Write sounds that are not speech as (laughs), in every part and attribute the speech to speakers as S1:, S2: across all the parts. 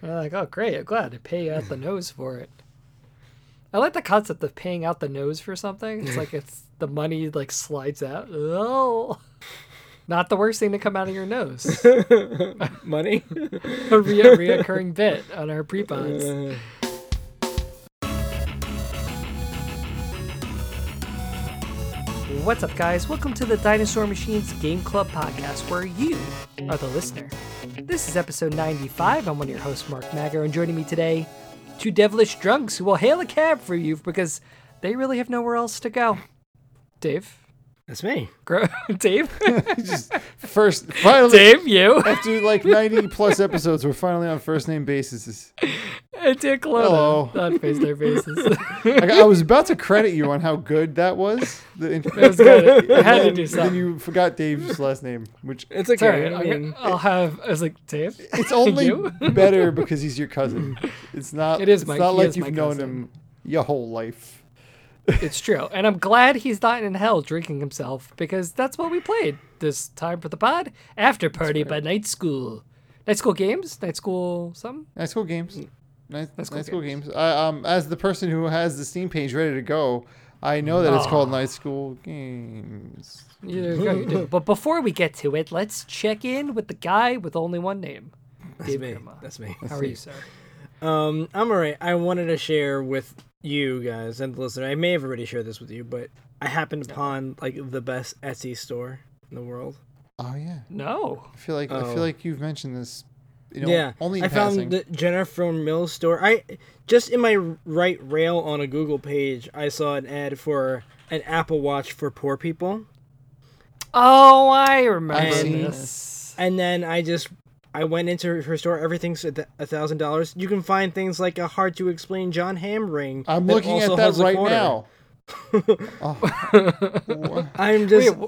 S1: They're like, oh, great. I'm glad to pay out the nose for it. I like the concept of paying out the nose for something. It's like it's the money like slides out. Oh, not the worst thing to come out of your nose.
S2: Money?
S1: A re- reoccurring bit on our pre-pods.
S2: Uh,
S1: What's up, guys? Welcome to the Dinosaur Machines Game Club podcast, where you are the listener. This is episode 95. I'm one of your hosts, Mark Magger, and joining me today, two devilish drunks who will hail a cab for you because they really have nowhere else to go. Dave,
S2: that's me.
S1: Gro- (laughs)
S2: (laughs)
S1: Dave,
S3: Just first, finally,
S1: Dave, you, (laughs)
S3: after like 90 plus episodes, we're finally on first name basis.
S1: and Dick Lona.
S3: Hello.
S1: (laughs) Not face their faces.
S2: (laughs)
S3: I, I was about to credit you on how good that was. The intro.
S1: That was good. I
S3: And
S1: had to
S3: then-
S1: do
S3: and
S1: something.
S3: Then you forgot Dave's last name,
S1: (laughs)
S3: which
S2: It's
S1: It's all right.
S2: okay. I
S1: I
S2: mean,
S1: will have. I was like, Dave.
S3: it's only
S1: You?
S3: better because he's your cousin. It's not.
S1: It is
S3: It's
S1: my-
S3: not
S1: he
S3: like
S1: is my
S3: you've known
S1: cousin.
S3: him your whole life.
S1: It's true. And I'm glad he's not in hell drinking himself because that's what we played this time for the pod. After party by night school. Night school games? Night school something?
S3: Nice school games.
S1: Mm.
S3: Nice,
S1: Nice
S3: nice
S1: School
S3: school, games. I, um, as the person who has the Steam page ready to go, I know that it's called Nice School Games.
S1: Yeah, there you go, you
S2: (laughs)
S1: do. but before we get to it, let's check in with the guy with only one name.
S2: that's
S1: Dave
S2: me.
S1: Grandma.
S2: That's me.
S1: How are you, sir?
S2: Um, I'm alright. I wanted to share with you guys and the listener. I may have already shared this with you, but I happened upon like the best Etsy store in the world.
S3: Oh yeah.
S1: No.
S3: I feel like I
S2: Oh.
S3: feel like you've mentioned this. You know,
S2: yeah,
S3: Only in
S2: I
S3: passing.
S2: found the Jennifer Mills store. I just in my right rail on a Google page, I saw an ad for an Apple Watch for poor people,
S1: Oh, I remember
S3: I've seen
S1: this.
S2: and then I just I went into her store. Everything's at a thousand dollars. You can find things like a hard to explain John Ham ring.
S3: I'm
S2: that
S3: looking
S2: also
S3: at that
S2: holds a
S3: right
S2: quarter. (laughs)
S3: now. oh. Wha-
S2: I'm just.
S1: Wait,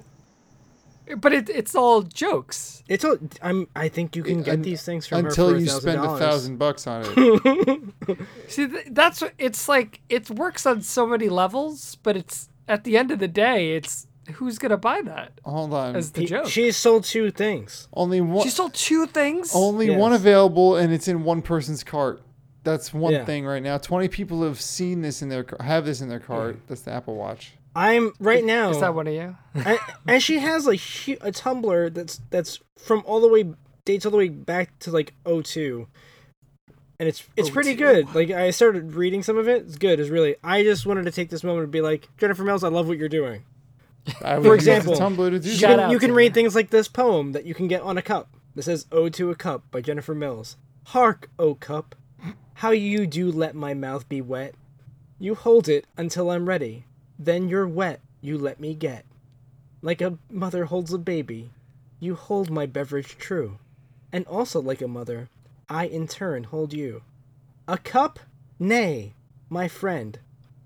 S1: wh- but it, it's all jokes.
S2: It's all. I'm. I think you can get
S3: Un-
S2: these things from her
S3: Until
S2: for
S3: you spend a
S2: $1,000. (laughs)
S3: thousand bucks on it.
S1: See, th- that's what- it's like it works on so many levels, but it's at the end of the day, it's who's gonna buy that
S3: Hold on.
S1: as the
S2: He-
S1: joke.
S2: She sold two things.
S3: Only one.
S1: She sold two things.
S3: only
S2: Yes.
S3: one available, and it's in one person's cart. That's one
S2: Yeah.
S3: thing right now. Twenty people have seen this in their car- have this in their cart. That's the
S2: (laughs)
S3: Apple Watch.
S2: I'm right now.
S1: Is that one of you? (laughs)
S2: I, and she has a hu- a tumbler that's that's from all the way dates all the way back to like 02. and it's it's pretty
S1: 02.
S2: good. Like I started reading some of it. It's good. It's really. I just wanted to take this moment to be like Jennifer Mills. I love what you're doing.
S3: I would use the
S2: example,
S3: Tumblr to do
S1: Shout
S3: that.
S1: out
S2: you can
S1: to
S2: read things like this poem that you can get on a cup. That says "Ode to a Cup" by Jennifer Mills. Hark, O cup, how you do let my mouth be wet. You hold it until I'm ready. Then you're wet. You let me get. Like a mother holds a baby, you hold my beverage true, and also like a mother, I in turn hold you. A cup? Nay, my friend,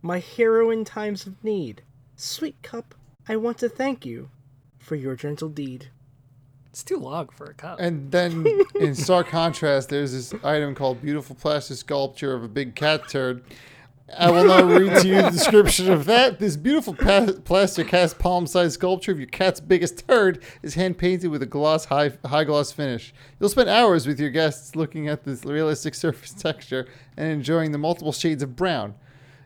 S2: my hero in times of need. Sweet cup, I want to thank you for your gentle deed.
S1: It's too long for a cup.
S3: And then,
S2: (laughs)
S3: in stark contrast, there's this item called "Beautiful Plastic Sculpture of a Big Cat Turd." I will now read to
S2: (laughs)
S3: you the description of that. This beautiful pa- plastic cast palm-sized sculpture of your cat's biggest turd is hand-painted with a gloss high high gloss finish. You'll spend hours with your guests looking at this realistic (laughs) surface texture and enjoying the multiple shades of brown.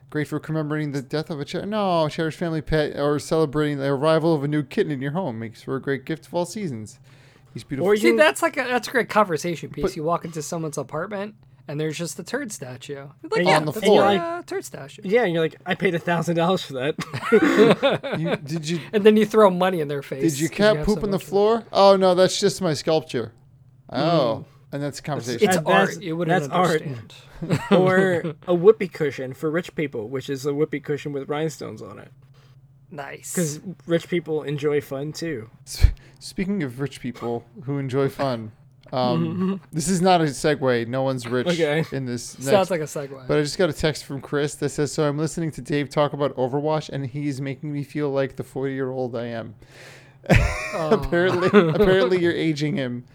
S3: Great for commemorating the death of a cher- no cherished family pet or celebrating the arrival of a new kitten in your home. Makes for a great gift of all seasons. These beautiful
S2: Or
S1: See,
S2: you
S1: that's like a, that's a great conversation piece. you walk into someone's apartment and there's just a turd statue. You're Like,
S2: And
S1: yeah,
S3: on the
S1: that's
S3: floor.
S1: like a turd statue.
S2: Yeah, and you're like, I paid a thousand dollars for that.
S1: (laughs)
S3: You, did you
S1: And then you throw money in their face.
S3: did your
S1: 'cause
S3: cat
S1: have so
S3: poop on the
S1: much of it.
S3: floor? Oh no, that's just my sculpture. Oh, and that's a conversation.
S1: Hmm. It's
S2: And that's-
S1: art. You wouldn't
S2: that's art.
S3: (laughs)
S1: understand.
S2: or a whoopee cushion for rich people, which is a whoopee cushion with rhinestones on it.
S1: Nice.
S2: Because rich people enjoy fun too.
S3: S- Speaking of rich people who enjoy fun,
S1: (laughs)
S3: um, this is not a segue. No one's rich
S2: Okay.
S3: in this. Next,
S1: Sounds like a segue.
S3: but I just got a text from Chris that says, "So I'm listening to Dave talk about Overwatch, and he is making me feel like the 40 year old I am. (laughs)
S1: Oh. (laughs)
S3: apparently, apparently, you're aging him."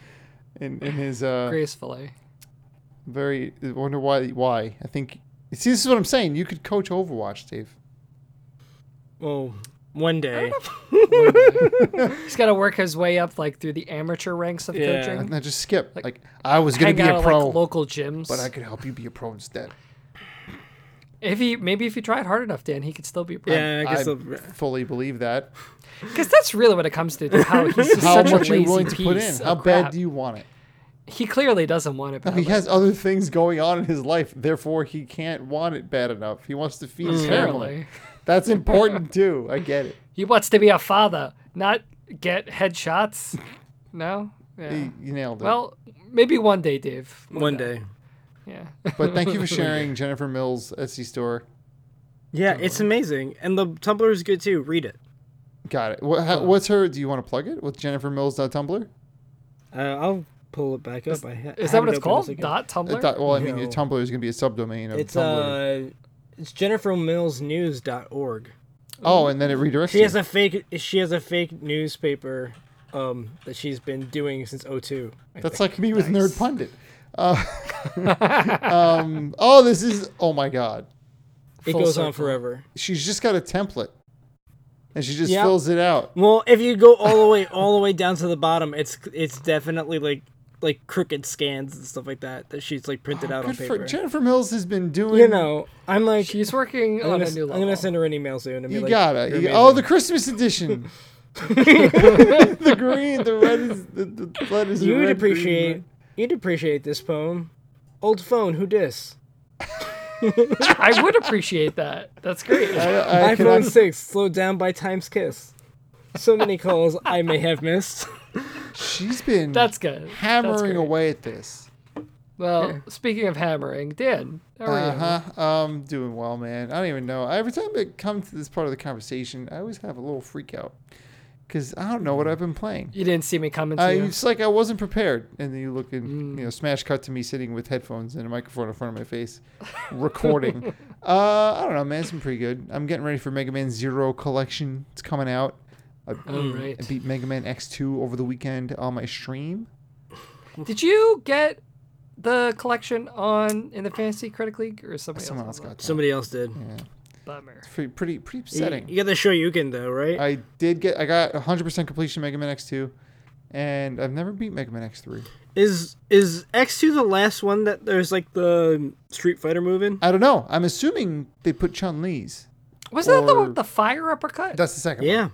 S3: In, in his uh,
S1: gracefully.
S3: very I wonder why why I think see this is what I'm saying you could coach Overwatch Dave
S2: Well, One day.
S1: He's got to work his way up like through the amateur ranks of
S2: Yeah.
S1: coaching.
S3: And I just skip. Like, I was gonna
S1: Hang
S3: be
S1: out
S3: a
S1: at,
S3: pro,
S1: like local gyms.
S3: but I could help you be a pro instead.
S1: if he maybe if he tried hard enough, Dan, he could still be a pro.
S2: Yeah, I guess
S3: I
S2: I'll.
S3: fully
S1: (laughs)
S3: believe that.
S1: Because that's really what it comes to. dude,
S3: (laughs)
S1: How he's just
S3: How
S1: such
S3: much
S1: a
S3: are you
S1: lazy
S3: willing to put in?
S1: piece
S3: How
S1: of
S3: bad
S1: crap.
S3: do you want it?
S1: He clearly doesn't want it. Badly.
S3: He has other things going on in his life, therefore he can't want it bad enough. He wants to feed
S1: Mm.
S3: his family.
S1: Apparently,
S3: (laughs) That's important too. I get it.
S1: he wants to be a father, not get
S3: (laughs)
S1: headshots. No. Yeah.
S3: You, you nailed it.
S1: Well, maybe one day, Dave.
S2: One day.
S1: Yeah.
S3: but thank
S1: (laughs)
S3: you for sharing Jennifer Mills Etsy store.
S2: Yeah, it's amazing, and the Tumblr is good too. Read it.
S3: Got it. What,
S1: Uh,
S3: how, what's her? Do you want to plug it with Jennifer Mills Tumblr?
S2: Uh, I'll pull it back up. I ha-
S1: Is that
S2: have
S1: what
S2: it
S1: it's
S2: open a
S1: called?
S2: second.
S1: Dot Tumblr.
S3: Thought, well, I mean, your
S2: No.
S3: Tumblr is going to be a subdomain of
S2: It's
S3: Tumblr.
S2: uh, it's jennifermillsnews.org.
S3: oh, and then it redirects.
S2: She
S3: you.
S2: has a fake. She has a fake newspaper, um, that she's been doing since 02. I
S3: That's
S2: think.
S3: like me with Nerd
S2: (laughs)
S3: Pundit. Uh, (laughs) um, oh, this is. Oh my God.
S2: it
S1: Full
S2: goes
S1: circle.
S2: on forever.
S3: She's just got a template, and she just
S2: Yeah.
S3: fills it out.
S2: Well, if you go all the way, all the way down to the bottom, it's it's definitely like like crooked scans and stuff like that that she's like printed out on
S3: Oh, Good for
S2: paper.
S3: Jennifer Mills has been doing.
S2: you know, I'm like.
S1: She's working
S2: I'm
S1: on
S2: gonna,
S1: a new
S2: I'm
S1: level.
S2: gonna send her an email soon. And
S3: You
S2: be like,
S3: gotta.
S2: "You're
S3: you- oh, the
S2: amazing." (laughs)
S3: Christmas edition. (laughs) the green, the red is the, the blood is.
S2: you'd
S3: red,
S2: appreciate
S3: Green,
S2: you'd appreciate this poem. Old phone, who dis?
S1: I would appreciate that. That's great.
S3: (laughs) red. I, I
S2: iPhone
S3: cannot,
S2: six slowed down by Time's kiss. So many calls I may have missed.
S3: she's been
S1: That's good. That's
S3: hammering
S1: great.
S3: away at this.
S1: Well, speaking of hammering, Dan, how are you?
S3: Uh huh. Um, doing well, man. I don't even know. Every time I come to this part of the conversation, I always have a little freak out because I don't know what I've been playing.
S1: You didn't see me coming to
S3: I,
S1: you.
S3: it's like I wasn't prepared, and then you look and
S1: Mm.
S3: you know, smash cut to me sitting with headphones and a microphone in front of
S1: (laughs)
S3: my face, recording. uh, I don't know, man. It's been pretty good. I'm getting ready for Mega Man Zero Collection. It's coming out. I,
S1: All right.
S3: I beat Mega Man X2 over the weekend on my stream.
S1: Did you get the collection on in the Fantasy Critic League or somebody
S3: Someone
S1: else?
S3: else got that.
S2: Somebody else did.
S1: Bummer.
S3: pretty, pretty, pretty upsetting.
S2: You, you got the Shoryuken though, right?
S3: I did get I got 100% completion Mega Man X2 and I've never beat Mega Man X3.
S2: is is X two the last one that there's like the Street Fighter move in?
S3: I don't know. I'm assuming they put Chun-Li's.
S1: Was that the
S3: Or-
S1: one with the fire uppercut?
S3: That's the second
S2: Yeah.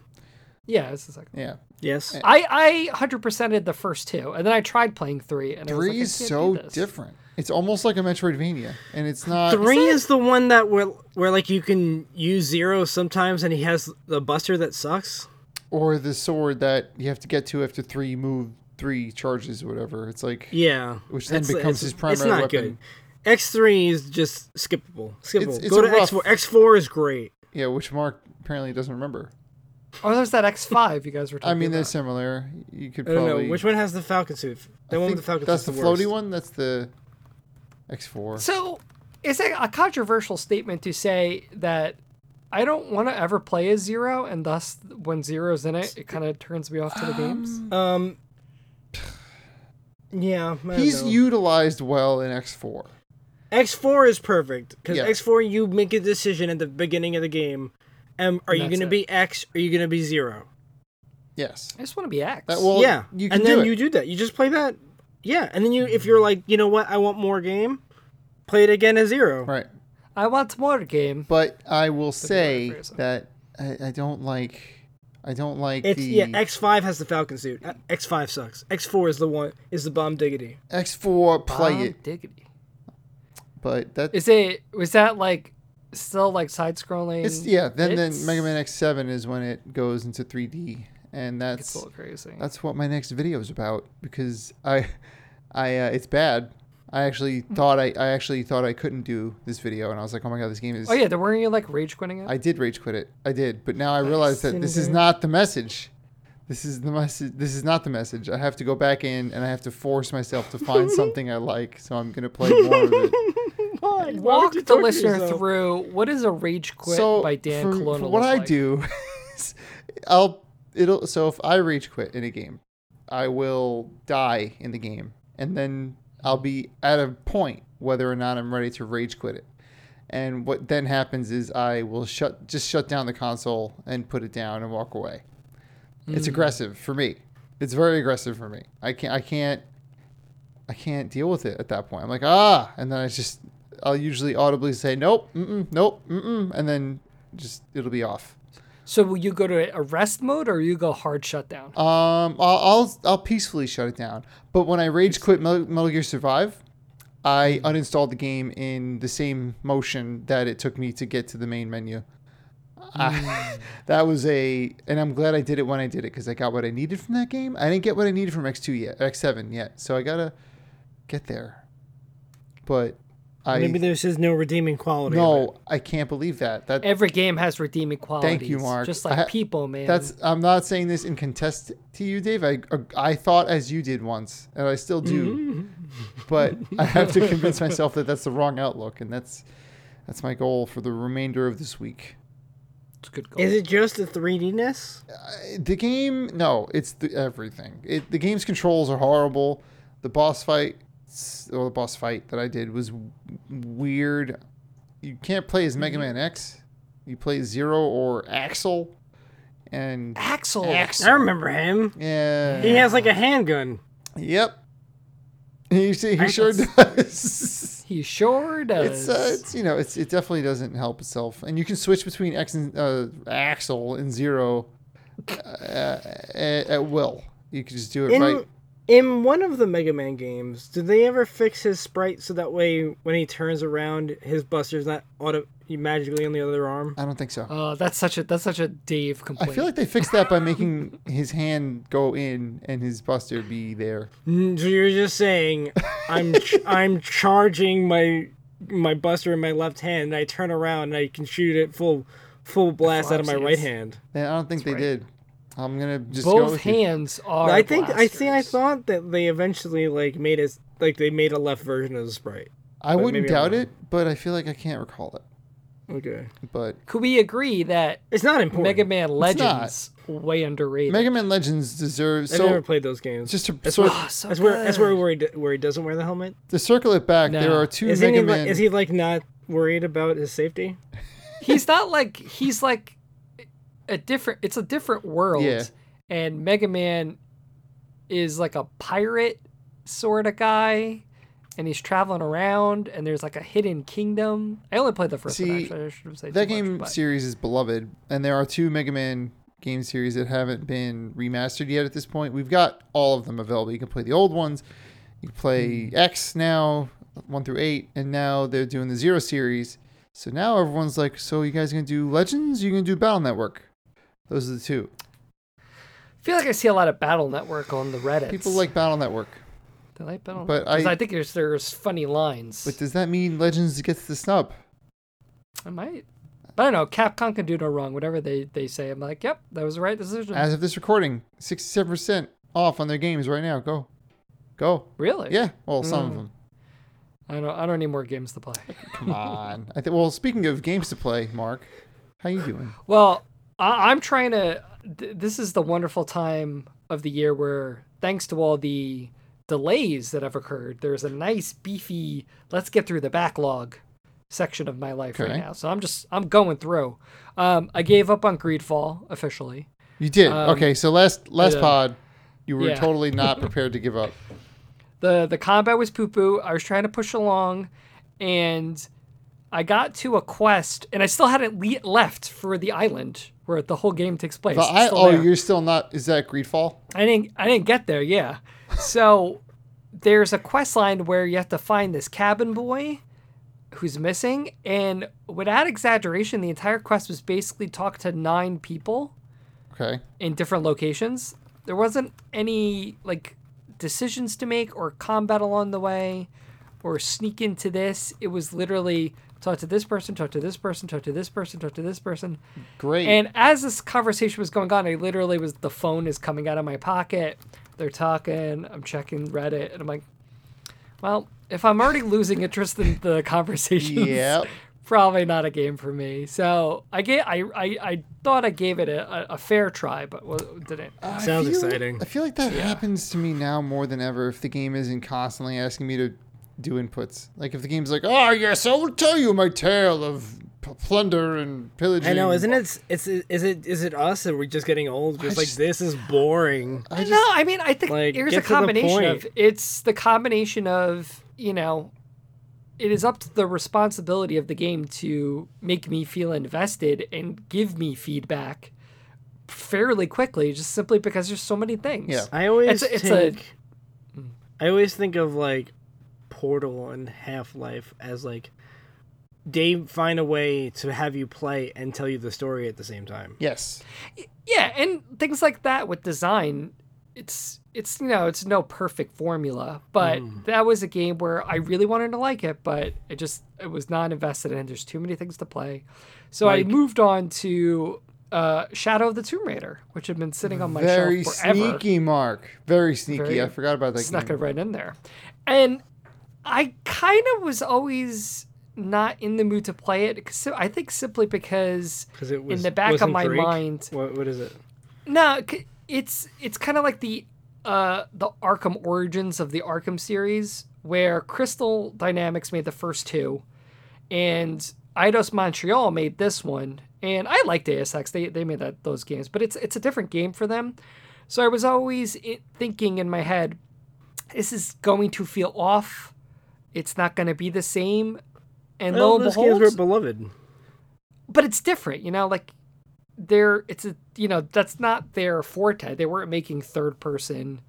S1: yeah, it's the second.
S3: one. Yeah.
S2: Yes.
S3: Uh,
S1: I I hundred percented the first two, and then I tried playing three, and I was like, I
S3: 3 is
S1: can't
S3: so
S1: do this.
S3: different. It's almost like a Metroidvania and it's not
S2: Three is the one that where where like you can use zero sometimes, and he has the Buster that sucks.
S3: or the sword that you have to get to after 3 move 3 charges or whatever. It's like
S2: Yeah,
S3: Which then becomes his primary
S2: It's not
S3: weapon.
S2: good. X three is just skippable. Skippable.
S3: It's- it's
S2: Go
S3: a
S2: to
S3: rough-
S2: X four. X four is great.
S3: yeah, which Mark apparently doesn't remember.
S1: Oh, there's that X five you guys were
S3: I
S1: talking
S3: mean, they're
S1: about.
S3: similar. You could
S2: I don't
S3: probably
S2: know which one has the Falcon suit. That
S3: I
S2: one
S3: think
S2: with the Falcon
S3: That's the
S2: suit's
S3: floaty
S2: worst.
S3: one. That's the X4.
S1: So, is it a controversial statement to say that I don't want to ever play a zero, and thus when zero's in it, it kind of turns me off to the games?
S2: Um. (sighs) Yeah, I don't
S3: He's
S2: know.
S3: utilized well in X4.
S2: X four is perfect because
S3: Yeah.
S2: X four you make a decision at the beginning of the game. Um, are you
S1: that's
S2: gonna
S1: it.
S2: be X? Or are you gonna be zero?
S3: Yes.
S1: I just want to be X.
S3: That- well,
S2: yeah,
S3: you can
S2: and then
S3: do it.
S2: you do that. You just play that. Yeah, and then you if you're like, you know what, I want more game, play it again as zero.
S3: Right.
S1: I want more game.
S3: But I will say
S1: phrase.
S3: that I, I don't like I don't like
S2: It's
S3: the
S2: yeah. X five has the Falcon suit. Uh, X five sucks. X four is the one is the bomb diggity.
S3: X4 play
S1: Bomb
S3: it,
S1: Diggity.
S3: but that
S1: Is it? Was that like still like side scrolling?
S3: it's yeah, then then Mega Man X7 is when it goes into 3D and
S1: It's
S3: that's
S1: a little crazy.
S3: that's what my next video is about because I I uh, it's bad. I
S2: (laughs)
S3: actually thought I, I actually thought I couldn't do this video and I was like, "Oh my god, this game is
S1: Oh yeah, then weren't you like rage quitting it?
S3: I did rage quit it. I did, but now I realize that this is not the message. This is the message. This is not the message. I have to go back in and I have to force myself to find something I like. So I'm gonna play more of it.
S2: Why?
S1: Walk the listener through what is a rage quit
S3: so
S1: by Dan
S3: for,
S1: Colonna.
S3: for what
S1: look
S3: I
S1: like?
S3: do, (laughs) is I'll it'll so if I rage quit in a game, I will die in the game, and then I'll be at a point whether or not I'm ready to rage quit it. And what then happens is I will shut just shut down the console and put it down and walk away. It's
S1: Hmm.
S3: aggressive for me. It's very aggressive for me. I can't I can't I can't deal with it at that point. I'm like, ah, and then I just I'll usually audibly say nope, mm-mm, nope, mm-mm, and then just it'll be off.
S1: So will you go to a rest mode or you go hard shutdown?
S3: Um, I'll, I'll I'll peacefully shut it down. But when I rage quit Metal, Metal Gear Survive, I uninstalled the game in the same motion that it took me to get to the main menu. I, (laughs) that was a, and I'm glad I did it when I did it because I got what I needed from that game. I didn't get what I needed from X2 yet, X7 yet, so I gotta get there. But I
S2: Maybe there's just no redeeming quality. of it.
S3: no, I can't believe that. That
S1: Every game has redeeming qualities.
S3: Thank you, Mark.
S1: Just
S3: I-
S1: like people, man.
S3: That's. I'm not saying this in contest to you, Dave. I uh, I thought as you did once, and I still do, but I have to convince myself that that's the wrong outlook, and that's that's my goal for the remainder of this week.
S1: It's a good goal.
S2: Is it just the 3Dness?
S3: I- The game, no, it's the, everything. It, the game's controls are horrible. The boss fight, or the boss fight that I did was w- weird. You can't play as Mega Man X. You play Zero or Axel, and
S1: Axel.
S3: Axel.
S2: I remember him.
S3: yeah,
S2: He has like a handgun.
S3: Yep. He, s- he
S2: Right,
S3: sure does. (laughs)
S1: He sure does.
S3: It's, uh, it's you know it's it definitely doesn't help itself, and you can switch between X and uh, Axel and Zero uh, at, at will. You can just do it
S2: In
S3: right.
S2: in one of the Mega Man games, did they ever fix his sprite so that way when he turns around, his Buster's not auto magically on the other arm?
S3: I don't think so.
S1: Oh, that's such a that's such a Dave
S3: I
S1: complaint.
S3: feel like they fixed that by
S2: (laughs)
S3: making his hand go in and his Buster be there.
S2: Mm, So you're just (laughs) saying, I'm ch- I'm charging my my Buster in my left hand, and I turn around and I can shoot it full full blast out of my
S1: Flopsies.
S2: right hand.
S3: And I don't think they did. I'm gonna just go
S1: Both
S3: with you.
S1: hands are.
S2: I think I think I
S1: blasters.
S2: thought that they eventually like made it like they made a left version of the sprite.
S3: I wouldn't
S2: maybe I'm
S3: doubt
S2: wrong.
S3: it, but I feel like I can't recall it.
S2: Okay,
S3: But
S1: Could we agree that
S2: it's not important.
S1: Mega Man
S3: not.
S1: Legends way underrated?
S3: Mega Man Legends deserves
S2: I've
S3: so.
S2: never played those games.
S3: Just to
S2: That's
S3: sort
S2: where-
S1: Oh, so
S2: that's where that's where
S1: good.
S2: where he, d- where he doesn't wear the helmet.
S3: to circle it back, there
S1: No.
S3: are two
S2: Is he,
S3: Mega
S2: like,
S3: Man.
S2: is he like not worried about his safety?
S1: he's not like he's like a different. It's a different world.
S3: Yeah.
S1: And Mega Man is like a pirate sort of guy, and he's traveling around, and there's like a hidden kingdom. I only played the first one.
S3: See,
S1: Actually, I shouldn't say
S3: That
S1: too much,
S3: game
S1: but-
S3: series is beloved, and there are two Mega Man game series that haven't been remastered yet at this point. We've got all of them available. You can play the old ones, you can play X now, 1 through 8, and now they're doing the Zero series. So now everyone's like, so you guys going to do Legends? You're going to do Battle Network? Those are the two.
S1: I feel like I see a lot of Battle Network on the Reddit.
S3: People like Battle Network.
S1: They like Battle
S3: but
S1: Network. 'Cause
S3: I-
S1: I think there's there's funny lines.
S3: But does that mean Legends gets the snub?
S1: I might. But I don't know. Capcom can do no wrong. Whatever they, they say, I'm like, yep, that was the right decision.
S3: As of this recording, 67% off on their games right now. Go. Go.
S1: really?
S3: Yeah. Well, some
S1: Mm.
S3: of them.
S1: (laughs) I don't. I don't need more games to play.
S3: Come on. I think. Well, speaking of games to play, Mark, how you doing?
S1: Well, I, I'm trying to. Th- this is the wonderful time of the year where, thanks to all the delays that have occurred, there's a nice beefy. Let's get through the backlog section of my life right
S3: Okay.
S1: now. So I'm just I'm going through. Um, I gave up on Greedfall officially.
S3: You did
S1: Um,
S3: okay. So last last
S1: yeah.
S3: pod, you were
S1: Yeah.
S3: totally not
S1: (laughs)
S3: prepared to give up.
S1: the the combat was poo poo. I was trying to push along, and I got to a quest, and I still hadn't le- left for the island where the whole game takes place.
S3: But
S1: It's
S3: I,
S1: still
S3: oh,
S1: there.
S3: you're still not. Is that Greedfall?
S1: I didn't I didn't get there. Yeah, so there's a quest line where you have to find this cabin boy who's missing, and without exaggeration, the entire quest was basically talk to nine people
S3: Okay.
S1: in different locations. There wasn't any like decisions to make or combat along the way or sneak into this. It was literally talk to this person, talk to this person, talk to this person, talk to this person.
S3: Great.
S1: And as this conversation was going on, I literally was the phone is coming out of my pocket. They're talking, I'm checking Reddit, and I'm like, well, if I'm already losing interest in the (laughs) conversation,
S3: (laughs) Yep.
S1: (laughs) probably not a game for me. So I gave, I, I, I thought I gave it a, a, a fair try, but well, didn't.
S3: I
S2: Sounds
S3: feel-
S2: exciting.
S3: I feel like that happens to me now more than ever. If the game isn't constantly asking me to do inputs. Like if the game's like, "Ah, yes, I will tell you my tale of p- plunder and pillaging."
S2: I know, isn't it? It's is it is it us that we're just getting old? Just like
S3: just-
S2: this is boring.
S1: no,
S3: I just,
S1: I mean, I think
S2: like,
S1: here's
S2: get
S1: a
S2: to the
S1: combination
S2: point.
S1: of it's the combination of you know, it is up to the responsibility of the game to make me feel invested and give me feedback fairly quickly, just simply because there's so many things.
S3: Yeah.
S2: I
S1: It's
S2: always
S1: a- Mm. it's a-
S2: think, I always think of like Portal and Half Life as like they find a way to have you play and tell you the story at the same time.
S3: yes,
S1: yeah and things like that with design it's it's you know it's no perfect formula but
S2: Mm.
S1: that was a game where i really wanted to like it but it just it was not invested in there's too many things to play so
S2: Like-
S1: i moved on to uh shadow of the tomb raider which had been sitting on my
S3: very
S1: shelf forever
S3: sneaky, Mark. Very sneaky.
S1: Very
S3: I forgot about that.
S1: snuck
S3: game.
S1: it right in there. And I kind of was always not in the mood to play it. 'cause I think simply because
S2: Because it was
S1: in the back of
S2: wasn't
S1: my
S2: Greek?
S1: mind,
S2: What, what is it?
S1: no, c- it's it's kind of like the uh the Arkham Origins of the Arkham series, where Crystal Dynamics made the first two, and Eidos Montreal made this one. And I liked ASX; they they made that those games, but it's it's a different game for them. So I was always i thinking in my head, this is going to feel off. It's not going to be the same. And
S2: Well,
S1: lo and
S2: those
S1: behold,
S2: games were beloved.
S1: but it's different, you know, like they're it's a you know, that's not their forte. They weren't making third person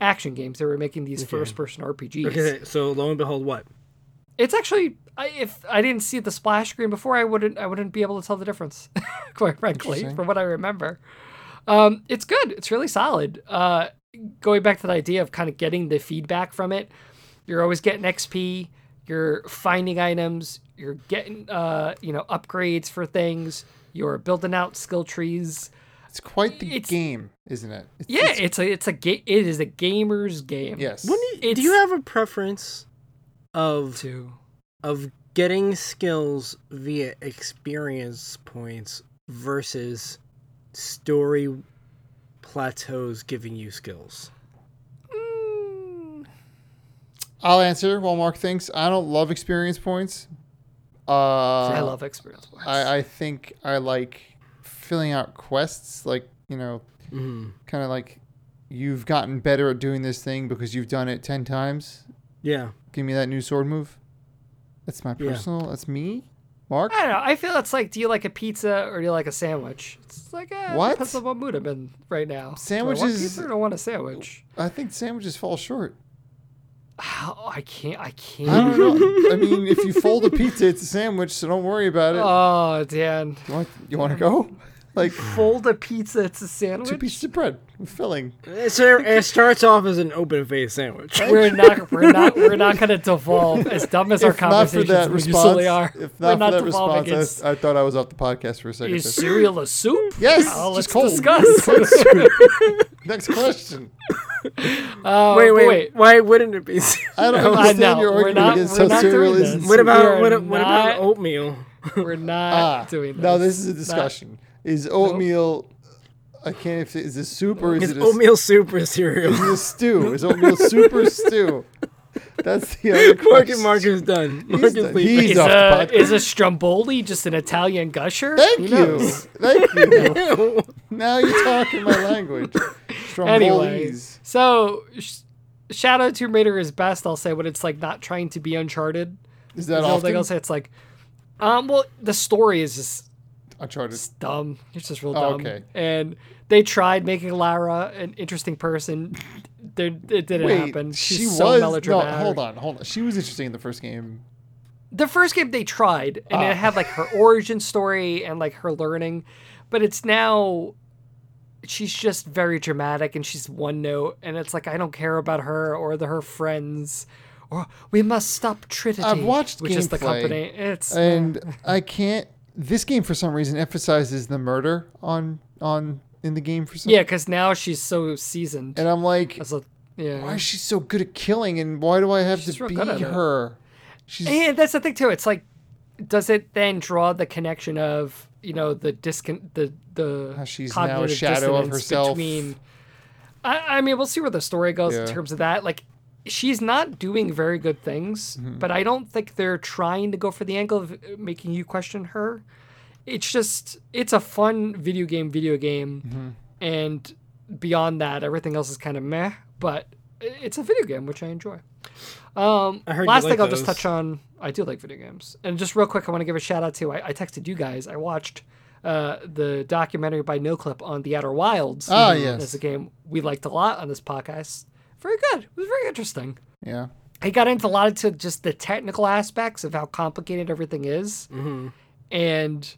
S1: action games. They were making these first person RPGs.
S2: Okay, so lo and behold, what?
S1: It's actually I, if I didn't see the splash screen before, I wouldn't I wouldn't be able to tell the difference, (laughs) quite frankly, from what I remember. Um, it's good. It's really solid. Uh, going back to that idea of kind of getting the feedback from it, you're always getting XP. You're finding items. You're getting uh, you know upgrades for things. You're building out skill trees.
S3: It's quite the
S1: It's-
S3: game, isn't it? It's,
S1: Yeah,
S3: it's-
S1: it's a it's a ga- it is a gamer's game.
S3: yes.
S2: Wouldn't you,
S1: It's-
S2: do you have a preference of
S1: To
S2: of getting skills via experience points versus story plateaus giving you skills?
S3: I'll answer while Mark thinks. I don't love experience points. Uh,
S1: I love experience. points.
S3: I, I think I like filling out quests, like you know, kind of like you've gotten better at doing this thing because you've done it ten times. (laughs)
S2: Yeah.
S3: Give me that new sword move. That's my
S2: Yeah.
S3: personal. That's me, Mark.
S1: I don't know. I feel it's like, do you like a pizza or do you like a sandwich? It's like, eh,
S3: What?
S1: depends on what mood I'm in right now. Do I want
S3: Sandwiches-
S1: pizza or do I want a sandwich?
S3: I think sandwiches fall short.
S1: Oh, I can't. I
S3: I
S1: can't.
S3: don't know. (laughs) I mean, if you fold a pizza, it's a sandwich, so don't worry about it.
S1: oh, Dan.
S3: you want you want to go? Like
S1: Fold a pizza. It's a
S3: two
S1: sandwich.
S3: pieces of bread with filling.
S2: So it starts off as an open faced sandwich.
S3: Uh,
S1: We're not. We're
S3: (laughs)
S1: not. We're not going to devolve. As dumb as our
S3: If not for
S1: conversations
S3: that
S1: we
S3: response,
S1: usually are.
S3: if
S1: we're
S3: not,
S1: not
S3: for that
S1: devolving.
S3: response,
S1: (laughs) It's,
S3: I, I thought I was off the podcast for a (laughs) second.
S1: is
S3: there.
S1: cereal a soup?
S3: Yes,
S1: Oh, let's
S3: just cold.
S1: discuss. (laughs)
S3: Next question.
S1: Oh,
S2: wait, wait,
S3: (laughs)
S1: wait.
S2: Why wouldn't it be? (laughs)
S3: I don't
S1: No, I
S3: understand
S1: know.
S3: your
S1: We're
S3: argument
S1: not-
S3: against
S1: we're
S3: how
S1: not
S3: cereal
S1: doing
S3: is.
S1: this.
S2: what
S1: We
S2: about
S1: are
S2: what, what
S1: not-
S2: about oatmeal?
S1: We're (laughs) not
S3: Ah,
S1: doing this.
S3: No, this is a
S1: Not-
S3: discussion. Is oatmeal? I can't. If is this soup or is
S2: Is
S3: it a,
S2: oatmeal soup or cereal?
S3: (laughs) is it a stew? Is oatmeal soup or
S1: (laughs)
S3: stew? That's the other
S2: Mark
S3: question.
S2: and Mark is done. Mark
S3: He's
S2: is
S3: done.
S2: leaving.
S3: He's
S1: Is
S3: off the
S1: a,
S3: podcast.
S1: is a stromboli just an Italian gusher?
S3: Thank
S1: Who
S3: you.
S1: knows? (laughs)
S3: Thank you. now you're talking my language.
S1: Anyway,
S3: Strombolis.
S1: so sh- Shadow Tomb Raider is best. I'll say when it's like not trying to be Uncharted.
S3: Is that
S1: There's no thing
S3: often?
S1: I'll say. It's like, um, well, the story is just
S3: Uncharted.
S1: dumb. It's just real
S3: Oh,
S1: dumb.
S3: okay.
S1: And they tried making Lara an interesting person. There, it didn't
S3: Wait,
S1: happen. She's
S3: she
S1: so
S3: was no.
S1: melodramatic.
S3: Hold on, hold on. She was interesting in the first game.
S1: the first game they tried and
S3: Ah.
S1: it had like her origin story and like her learning but it's now she's just very dramatic and she's one note and it's like i don't care about her or the, her friends or we must stop trinity
S3: I've watched
S1: which is the
S3: gameplay,
S1: company it's
S3: and I can't. This game, for some reason, emphasizes the murder on on in the game for some.
S1: yeah because now she's so seasoned
S3: And I'm like,
S1: As a- yeah
S3: why is she so good at killing, and why do I have
S1: She's
S3: to
S1: real
S3: be
S1: good at it.
S3: her? She's
S1: And that's the thing too. It's like, does it then draw the connection of you know the discon the the
S3: How she's now a
S1: cognitive
S3: shadow of
S1: dissonance
S3: herself.
S1: Between, I, I mean, we'll see where the story goes
S3: Yeah.
S1: in terms of that. Like, she's not doing very good things,
S3: Mm-hmm.
S1: but I don't think they're trying to go for the angle of uh, making you question her. It's just it's a fun video game, video game,
S3: Mm-hmm.
S1: and beyond that, everything else is kind of meh. But i- it's a video game which I enjoy. Um,
S2: I heard you
S1: last
S2: like
S1: thing I'll just
S2: those.
S1: touch on. I do like video games, and just real quick, I want to give a shout out to. I, I texted you guys. I watched uh, the documentary by NoClip on the Outer Wilds.
S3: Ah,
S1: Mhm.
S3: yes.
S1: that's a game we liked a lot on this podcast. Very good. It was very interesting.
S3: Yeah.
S1: I got into a lot into just the technical aspects of how complicated everything is, and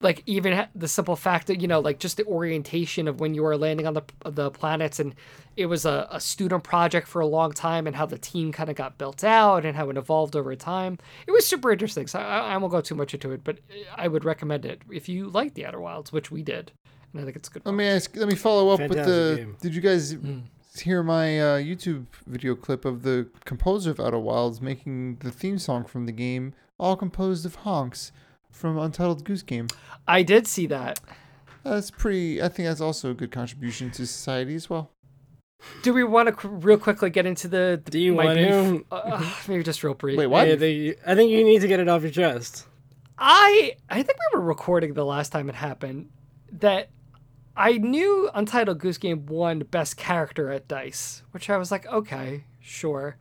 S1: like even ha- the simple fact that you know, like just the orientation of when you are landing on the the planets, and it was a, a student project for a long time, and how the team kind of got built out and how it evolved over time. It was super interesting. So I, I won't go too much into it, but uh, I would recommend it if you like the Outer Wilds, which we did, and I think it's a good.
S3: Let me ask. Let me follow up with the.
S2: Fantastic game.
S3: Did you guys
S1: Hmm.
S3: hear my uh, YouTube video clip of the composer of Outer Wilds making the theme song from the game, all composed of honks from Untitled Goose Game?
S1: I did see that.
S3: That's pretty. I think that's also a good contribution to society as well.
S1: Do we want to qu- real quickly get into the? the
S2: Do you
S1: my
S2: want
S1: beef?
S2: to?
S1: Uh, maybe just real brief.
S3: Wait, what?
S2: Yeah, they- I think you need to get it off your chest.
S1: I I think we were recording the last time it happened that I knew Untitled Goose Game won Best Character at Dice, which I was like, okay, sure.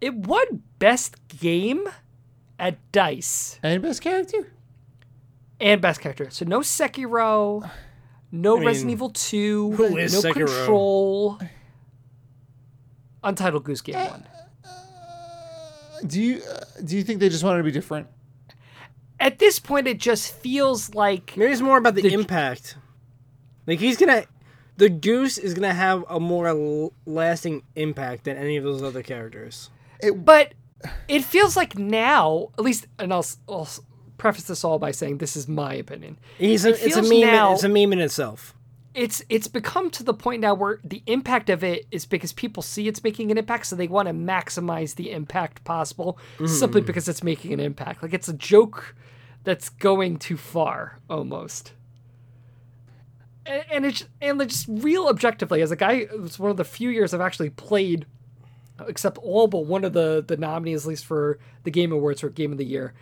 S1: It won Best Game at Dice
S3: And best character.
S1: and Best Character. So no Sekiro, no
S2: mean,
S1: Resident Evil 2,
S2: who is
S1: no
S2: Sekiro?
S1: Control. Untitled Goose Game won.
S3: Do you uh, do you think they just wanted to be different?
S1: At this point, it just feels like
S2: Maybe it's more about the,
S1: The-
S2: impact. Like he's gonna, the goose is gonna have a more l- lasting impact than any of those other characters.
S1: but it feels like now, at least, and I'll, s- I'll s- preface this all by saying this is my opinion.
S2: He's a,
S1: It
S2: it's a
S1: feels
S2: meme. in-
S1: now-
S2: it's a meme in itself.
S1: It's it's become to the point now where the impact of it is because people see it's making an impact, so they want to maximize the impact possible simply because it's making an impact. Like it's a joke that's going too far almost. And, and it's and like just real objectively, as a guy, it's one of the few years I've actually played except all but one of the the nominees, at least for the Game Awards for Game of the Year.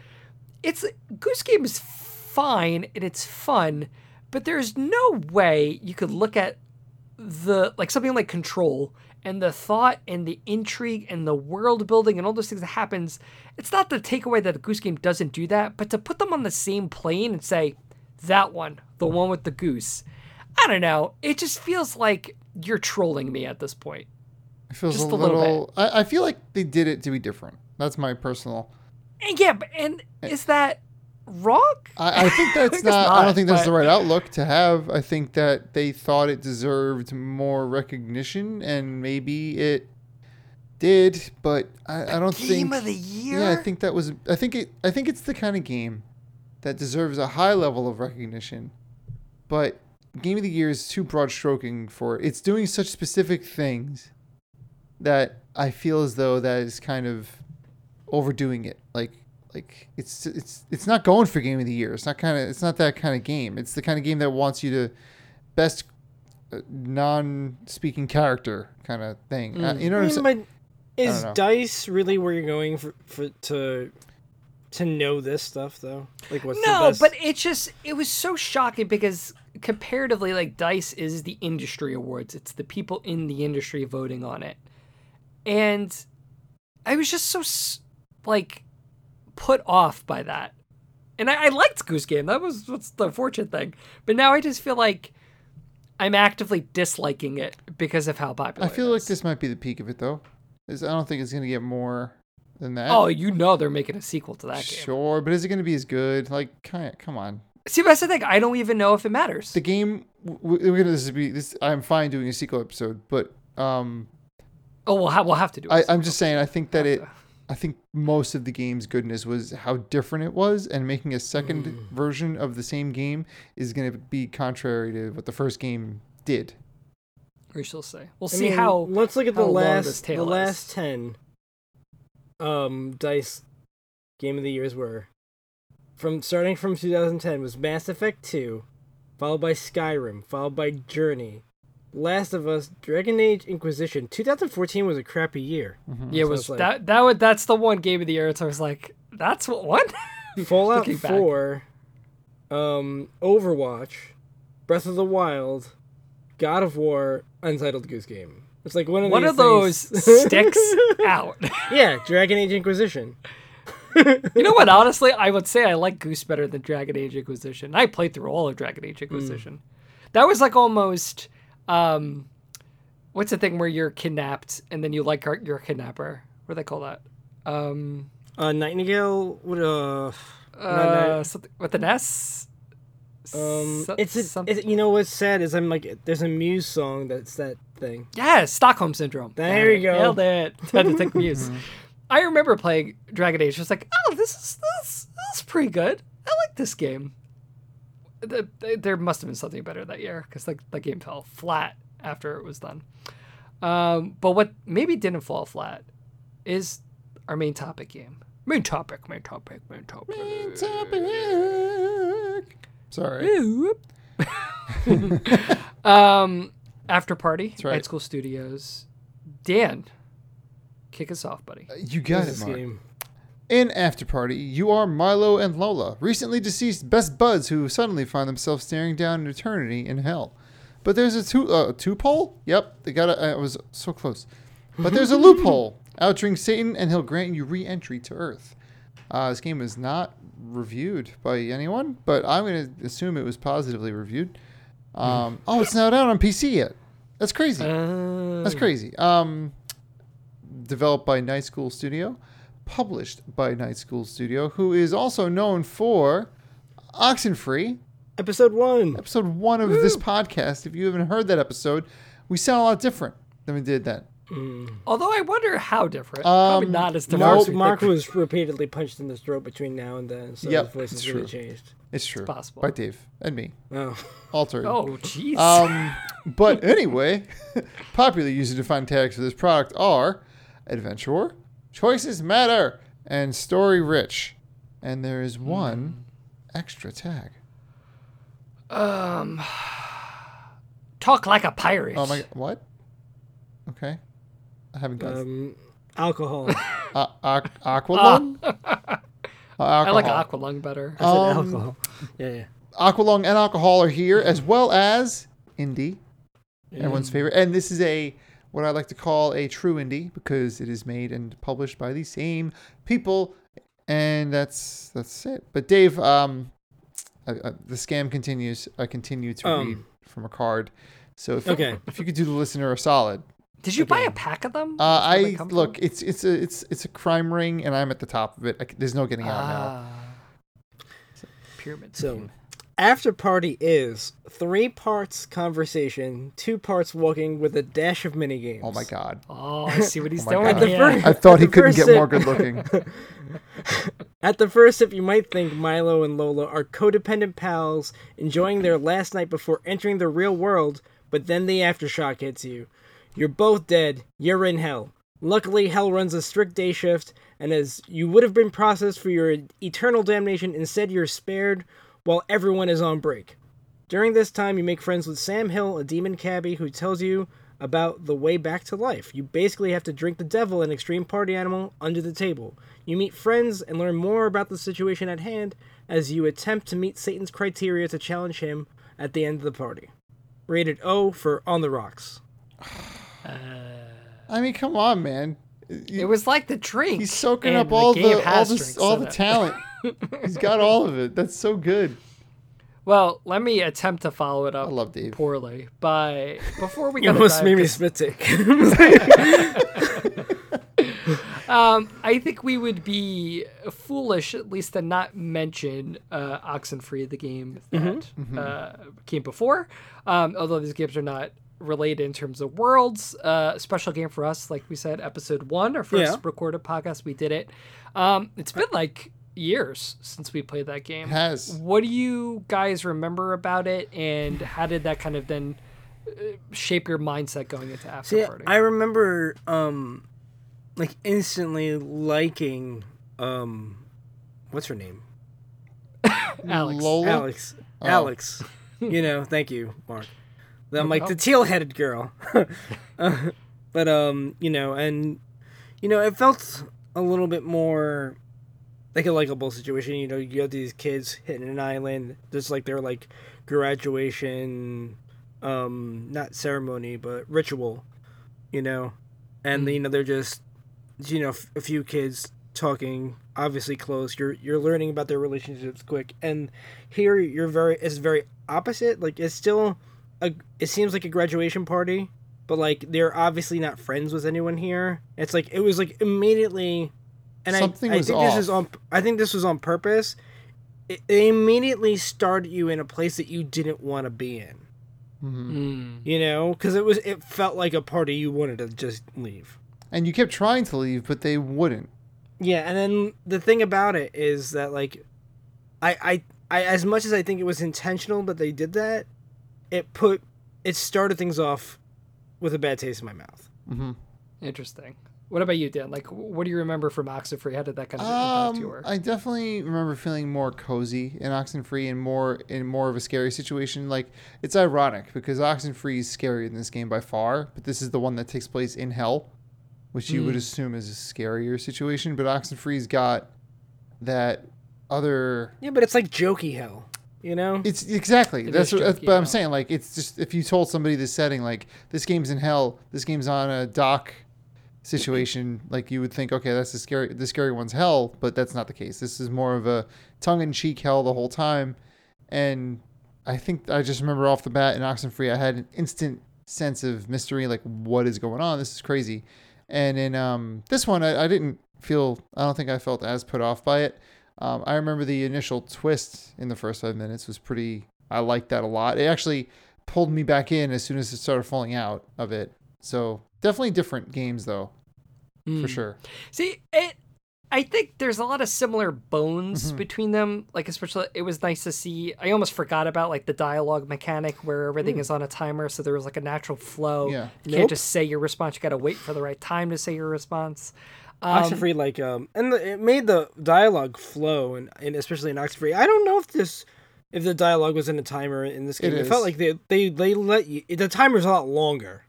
S1: It's Goose Game is fine and it's fun, but there's no way you could look at the like something like Control and the thought and the intrigue and the world building and all those things that happens. It's not the takeaway that the Goose Game doesn't do that, but to put them on the same plane and say that one, the one with the goose. I don't know. It just feels like you're trolling me at this point.
S3: It feels
S1: Just a
S3: a
S1: little
S3: little. I, I feel like they did it to be different. That's my personal.
S1: And yeah, but- and is that wrong?
S3: I,
S1: (laughs)
S3: I think that's
S1: think it's
S3: not, I don't
S1: not,
S3: think that's
S1: but-
S3: the right outlook to have. I think that they thought it deserved more recognition, and maybe it did, but I, I don't
S1: Game
S3: think.
S1: of the year.
S3: yeah, I think that was. I think it. I think it's the kind of game that deserves a high level of recognition, but game of the year is too broad stroking for it. It's doing such specific things that I feel as though that is kind of overdoing it. Like like it's it's it's not going for game of the year. It's not kind of it's not that kind of game. It's the kind of game that wants you to best uh, non-speaking character kind of thing. Uh, you know what I'm saying?
S2: But is
S3: know.
S2: dice really where you're going for, for to to know this stuff though? Like what's the
S1: no,
S2: best-
S1: but it just it was so shocking because comparatively, like Dice is the industry awards. It's the people in the industry voting on it, and I was just so s- like put off by that. And I, I liked Goose Game. That was what's the fortunate thing. But now I just feel like I'm actively disliking it because of how popular.
S3: I
S1: it
S3: feel
S1: is.
S3: like this might be the peak of it though. Is I don't think it's going to get more than that.
S1: Oh, you know they're making a sequel to that game.
S3: sure, but is it going to be as good? Like kind of, come on.
S1: See, but that's the thing. I don't even know if it matters.
S3: the game w- w- we're gonna this be this i'm fine doing a sequel episode but um
S1: oh, we'll, ha- we'll have to do it.
S3: I, i'm just saying i think
S2: (laughs)
S3: that it i think most of the game's goodness was how different it was and making a second
S2: Mm.
S3: version of the same game is gonna be contrary to what the first game did
S1: we shall see. We'll
S2: I
S1: see
S2: mean,
S1: how.
S2: Let's look at
S1: how
S2: the
S1: long
S2: last
S1: this
S2: the
S1: tale is.
S2: last ten um dice game of the years were from starting from 2010 was Mass Effect 2, followed by Skyrim, followed by Journey, Last of Us, Dragon Age Inquisition. 2014 was a
S1: (laughs)
S2: crappy year.
S1: Yeah, it
S2: So
S1: was
S2: it's like-
S1: that that would that's the one game of the year. So I was like, that's what what?
S2: Fallout
S1: Looking back.
S2: 4, um, Overwatch, Breath of the Wild, God of War, Untitled Goose Game. It's like (laughs) one of
S1: One
S2: these
S1: of those
S2: things- (laughs)
S1: sticks out.
S2: yeah, Dragon Age Inquisition.
S1: You know what? Honestly, I would say I like Goose better than Dragon Age Inquisition. I played through all of Dragon
S2: Hmm.
S1: Age Inquisition. That was like almost, um, what's the thing where you're kidnapped and then you like your- your kidnapper? What do they call that? Um,
S2: Uh, Nightingale. What? Uh,
S1: uh, something with an S.
S2: um,
S1: So-
S2: it's, a,
S1: some-
S2: it's you know what's sad is I'm like there's a Muse song that's that thing.
S1: Yeah, Stockholm syndrome.
S2: There
S1: Got
S2: you
S1: it.
S2: go.
S1: Nailed it.
S2: (laughs)
S1: Had to take muse. I remember playing Dragon Age. I was like, oh, this is this, this is pretty good. I like this game. Th- th- There must have been something better that year because like the game fell flat after it was done. Um, but what maybe didn't fall flat is our main topic game. Main topic. Main topic. Main topic.
S3: Topic. Sorry.
S1: (laughs) um, after party.
S3: right.
S1: Night School Studios. Dan, kick us off, buddy.
S3: You got it,
S2: This
S3: Mark.
S2: game.
S3: In After Party, you are Milo and Lola, recently deceased best buds who suddenly find themselves staring down an eternity in hell. But there's a two uh, two pole. Yep, they got. I was so close. But there's a loophole. Outdrink Satan, and he'll grant you re-entry to Earth. Uh, this game is not reviewed by anyone, but I'm gonna assume it was positively reviewed. Um, oh, it's not out on PC yet. That's crazy. That's
S1: Mm.
S3: crazy. Um, developed by Night School Studio, published by Night School Studio, who is also known for Oxenfree,
S2: Episode one.
S3: episode one of this podcast. If you haven't heard that episode, we sound a lot different than we did then.
S1: Although I wonder how different. Probably
S3: Um,
S1: not as
S3: no,
S1: different.
S2: Mark,
S1: as we
S2: Mark
S1: think
S2: was repeatedly punched in the throat between now and then, so
S3: Yep,
S2: his voice
S3: it's
S2: has really
S3: true.
S2: changed.
S3: It's true.
S1: possible.
S3: By Dave and me.
S2: Oh,
S3: Altered.
S1: Oh, jeez. (laughs)
S3: Um, but anyway, (laughs) popular user-defined tags for this product are adventurer, choices matter, and story rich. And there is one
S1: Hmm.
S3: extra tag.
S1: Um, Talk like a pirate.
S3: Oh my! What? Okay, I haven't got it.
S2: um,
S3: (laughs)
S2: alcohol.
S3: uh,
S2: (laughs)
S3: aqu- Aqualung. Uh,
S1: I like
S3: alcohol.
S1: Aqualung better.
S2: Said
S3: Um,
S2: alcohol. Yeah, yeah.
S3: Aqualung and alcohol are here, as well as indie, everyone's favorite. And this is a what I like to call a true indie because it is made and published by the same people, and that's that's it. But Dave, um, I, I, the scam continues. I continue to
S2: Um.
S3: read from a card. So if,
S2: Okay.
S3: if you could do the listener a solid,
S1: Did you buy a pack of them?
S3: Uh,
S1: That's where they
S3: I
S1: come from?
S3: look. It's it's a it's it's a crime ring, and I'm at the top of it. I c there's no getting out now.
S1: Ah. Pyramid.
S3: (laughs)
S2: So, after party is three parts conversation, two parts walking with a dash of minigames.
S3: Oh
S1: (laughs)
S3: my god!
S1: Oh, I see what he's
S3: my
S1: doing
S3: God.
S2: The
S1: here.
S2: first-
S3: I thought he
S2: the
S3: couldn't
S2: first
S3: get
S2: sip-
S3: more good looking.
S1: (laughs)
S2: At the first sip, you might think Milo and Lola are codependent pals enjoying their last night before entering the real world, but then the aftershock hits you. You're both dead. You're in hell. Luckily, hell runs a strict day shift, and as you would have been processed for your eternal damnation, instead you're spared while everyone is on break. During this time, you make friends with Sam Hill, a demon cabbie who tells you about the way back to life. You basically have to drink the devil, an extreme party animal, under the table. You meet friends and learn more about the situation at hand as you attempt to meet Satan's criteria to challenge him at the end of the party. Rated O for On the Rocks.
S3: I mean, come on, man. You-
S1: It was like the drink.
S3: he's soaking
S1: and
S3: up all
S1: game
S3: the all
S1: has
S3: the
S1: drinks
S3: all
S1: in
S3: the
S1: it.
S3: talent. he's got all of it. That's so good.
S1: Well, let me attempt to follow it up
S3: I love Dave.
S1: poorly by before we
S2: (laughs) You
S1: go to
S2: almost
S1: dive
S2: made me
S1: into-
S2: spit take.
S1: Um, I think we would be foolish, at least, to not mention uh, Oxenfree, the game that
S2: Mm-hmm.
S1: Uh, came before. Um, although these games are not related in terms of worlds. Uh, special game for us, like we said, episode one, our first
S2: Yeah.
S1: recorded podcast. We did it. Um, it's been like years since we played that game.
S3: Has
S1: What do you guys remember about it, and how did that kind of then uh, shape your mindset going into after
S2: See,
S1: party?
S2: I remember um like instantly liking um what's her name?
S1: Alex.
S3: Mm, Lola?
S2: Alex. Alex. You know, thank you, Mark. Then I'm like the teal-headed girl. (laughs) Uh, but um, you know, and you know, it felt a little bit more like a likable situation. You know, you have these kids hitting an island, just like their like graduation, um, not ceremony but ritual. You know, and
S3: Mm.
S2: you know they're just you know f- a few kids talking obviously close you're you're learning about their relationships quick and here you're very it's very opposite like it's still a it seems like a graduation party but like they're obviously not friends with anyone here it's like it was like immediately and
S3: Something
S2: I, I
S3: was
S2: think this is
S3: off.
S2: on i think this was on purpose it, it immediately started you in a place that you didn't want to be in
S1: Mm.
S3: Mhm.
S1: Hmm.
S2: you know because it was it felt like a party you wanted to just leave
S3: And you kept trying to leave, but they wouldn't.
S2: Yeah, and then the thing about it is that like, I I, I as much as I think it was intentional that they did that, it put it started things off with a bad taste in my mouth.
S3: hmm
S1: Interesting. What about you, Dan? Like, wh- what do you remember from Oxenfree? How did that kind of impact your
S3: Um, I definitely remember feeling more cozy in Oxenfree and more in more of a scary situation. Like it's ironic because Oxenfree is scarier in this game by far, but this is the one that takes place in hell, which you would
S1: Mm.
S3: assume is a scarier situation. But Oxenfree's got that other.
S2: Yeah, but it's like jokey hell, you know.
S3: It's exactly
S1: It
S3: that's
S1: is
S3: what, that's,
S1: junky,
S3: but I'm
S1: yeah.
S3: saying like it's just if you told somebody the setting like this game's in hell, this game's on a dock situation, (clears throat) like you would think okay that's the scary the scary one's hell, but that's not the case. This is more of a tongue in cheek hell the whole time, and I think I just remember off the bat in Oxenfree I had an instant sense of mystery like what is going on? This is crazy, and in um this one I, I didn't feel I don't think I felt as put off by it. Um, I remember the initial twist in the first five minutes was pretty. I liked that a lot. It actually pulled me back in as soon as it started falling out of it. So definitely different games though,
S1: Hmm.
S3: for sure.
S1: See, it. I think there's a lot of similar bones
S3: Mm-hmm.
S1: between them. Like, especially, it was nice to see. I almost forgot about like the dialogue mechanic where everything is on a timer, so there was like a natural flow.
S3: Hmm. Yeah.
S1: You
S2: Nope.
S1: can't just say your response. You got to wait for the right time to say your response.
S2: Oxenfree, like, um, and the, it made the dialogue flow, and, and especially in Oxenfree, I don't know if this, if the dialogue was in a timer in this game. It,
S3: is.
S2: felt like they, they, they let you. The timer's a lot longer.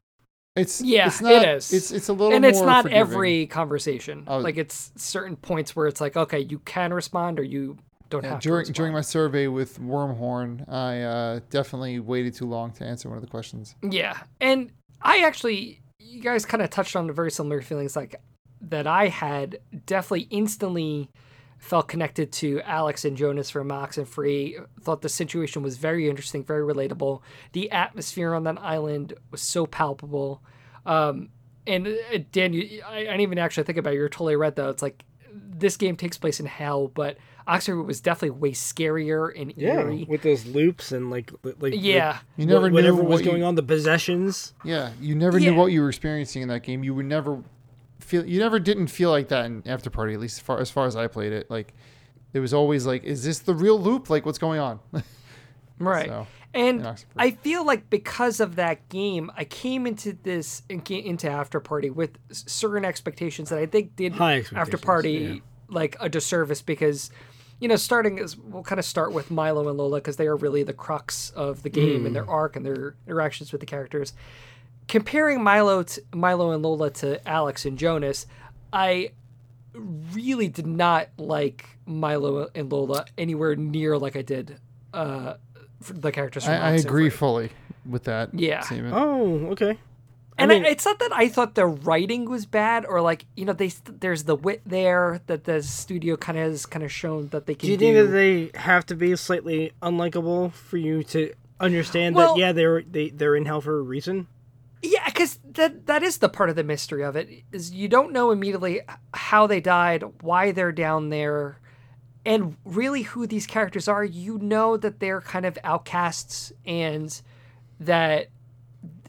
S3: It's
S1: Yeah,
S3: it's not,
S1: it is.
S3: It's it's a little
S1: and it's
S3: more
S1: not
S3: forgiving.
S1: every conversation.
S3: Oh.
S1: Like, it's certain points where it's like, okay, you can respond or you don't
S3: Yeah,
S1: have
S3: during
S1: to.
S3: during my survey with Wormhorn, I uh, definitely waited too long to answer one of the questions.
S1: Yeah. And I actually, you guys kind of touched on the very similar feelings like that I had definitely instantly felt connected to Alex and Jonas from Ox and Free. Thought the situation was very interesting, very relatable. The atmosphere on that island was so palpable. Um, and uh, Dan, you, I, I didn't even actually think about it. You're totally right, though. It's like this game takes place in hell, but Oxford was definitely way scarier and eerie.
S2: with those loops and like, li- like
S1: yeah.
S3: You never knew
S2: whatever
S3: what
S2: was
S3: you-
S2: going on. The possessions.
S3: Yeah, you never
S1: Yeah.
S3: knew what you were experiencing in that game. You would never feel you never didn't feel like that in After Party, at least as far as far as I played it. Like it was always like, is this the real loop? Like what's going on? (laughs)
S1: Right.
S3: So,
S1: and
S3: in Oxford.
S1: I feel like because of that game, I came into this into After Party with s- certain expectations that I think did
S2: High
S1: After
S2: expectations,
S1: Party
S2: yeah.
S1: like a disservice because you know starting is we'll kind of start with Milo and Lola because they are really the crux of the game
S2: Mm.
S1: and their arc and their interactions with the characters. Comparing Milo to, Milo and Lola to Alex and Jonas, I really did not like Milo and Lola anywhere near like I did uh, f- the characters. From
S3: I, I
S1: Oxenfree.
S3: agree fully with that
S1: Yeah.
S3: statement.
S2: Oh, okay.
S1: and I
S2: mean-
S1: it's not that I thought the writing was bad or like you know they st- there's the wit there that the studio kind of has kind of shown that they can
S2: Do you think that they have to be slightly unlikable for you to understand
S1: Well-
S2: that yeah they're they, they're in hell for a reason?
S1: Yeah, because that that is the part of the mystery of it is you don't know immediately how they died, why they're down there, and really who these characters are. You know that they're kind of outcasts and that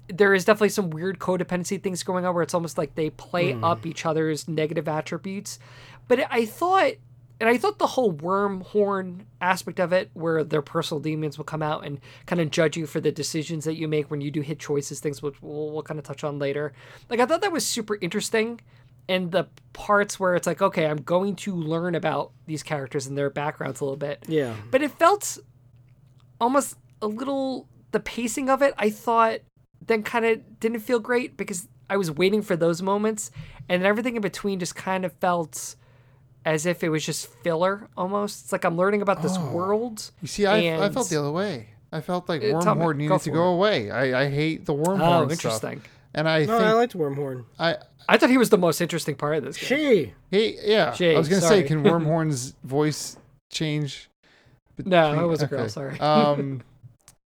S1: there is definitely some weird codependency things going on where it's almost like they play up each other's negative attributes. But I thought and I thought the whole worm horn aspect of it, where their personal demons will come out and kind of judge you for the decisions that you make when you do hit choices, things which we'll, we'll kind of touch on later. Like, I thought that was super interesting. And the parts where it's like, okay, I'm going to learn about these characters and their backgrounds a little bit.
S2: Yeah.
S1: But it felt almost a little the pacing of it, I thought then kind of didn't feel great because I was waiting for those moments, and everything in between just kind of felt as if it was just filler almost. It's like I'm learning about this world.
S3: You see, I, I
S1: and-
S3: felt the other way. I felt like
S1: Uh, tell me,
S3: Wormhorn
S1: go
S3: needed to
S1: for
S3: go away. I, I hate the Wormhorn
S1: Oh,
S3: stuff.
S1: interesting.
S3: And I
S2: No,
S3: think
S2: I liked Wormhorn.
S3: I
S1: I thought he was the most interesting part of this game.
S2: She.
S3: he yeah.
S1: Jay,
S3: I was gonna
S1: sorry.
S3: say, can
S2: (laughs)
S3: Wormhorn's voice change?
S1: No,
S3: between-
S1: it was a girl.
S3: okay.
S1: Sorry.
S3: um,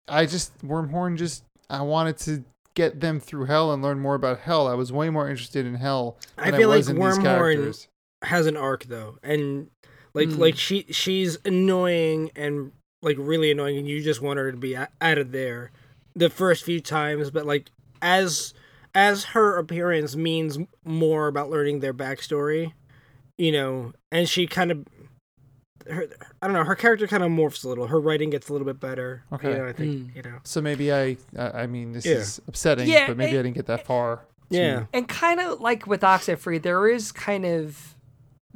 S3: I just Wormhorn just I wanted to get them through hell and learn more about hell. I was way more interested in hell.
S2: I
S3: than
S2: feel like
S3: was in these
S2: Wormhorn-
S3: characters.
S2: has an arc though, and like
S1: Mm.
S2: like she she's annoying and like really annoying, and you just want her to be o- out of there the first few times, but like as as her appearance means m- more about learning their backstory, you know, and she kind of. Her, I don't know. Her character kind of morphs a little. Her writing gets a little bit better.
S3: Okay.
S2: You know, I think
S1: Mm.
S2: you know.
S3: So maybe I I I mean this
S2: Yeah.
S3: is upsetting,
S1: Yeah,
S3: but maybe
S1: it-
S3: I didn't get that far.
S2: Yeah.
S1: and kind of like with Oxenfree, there is kind of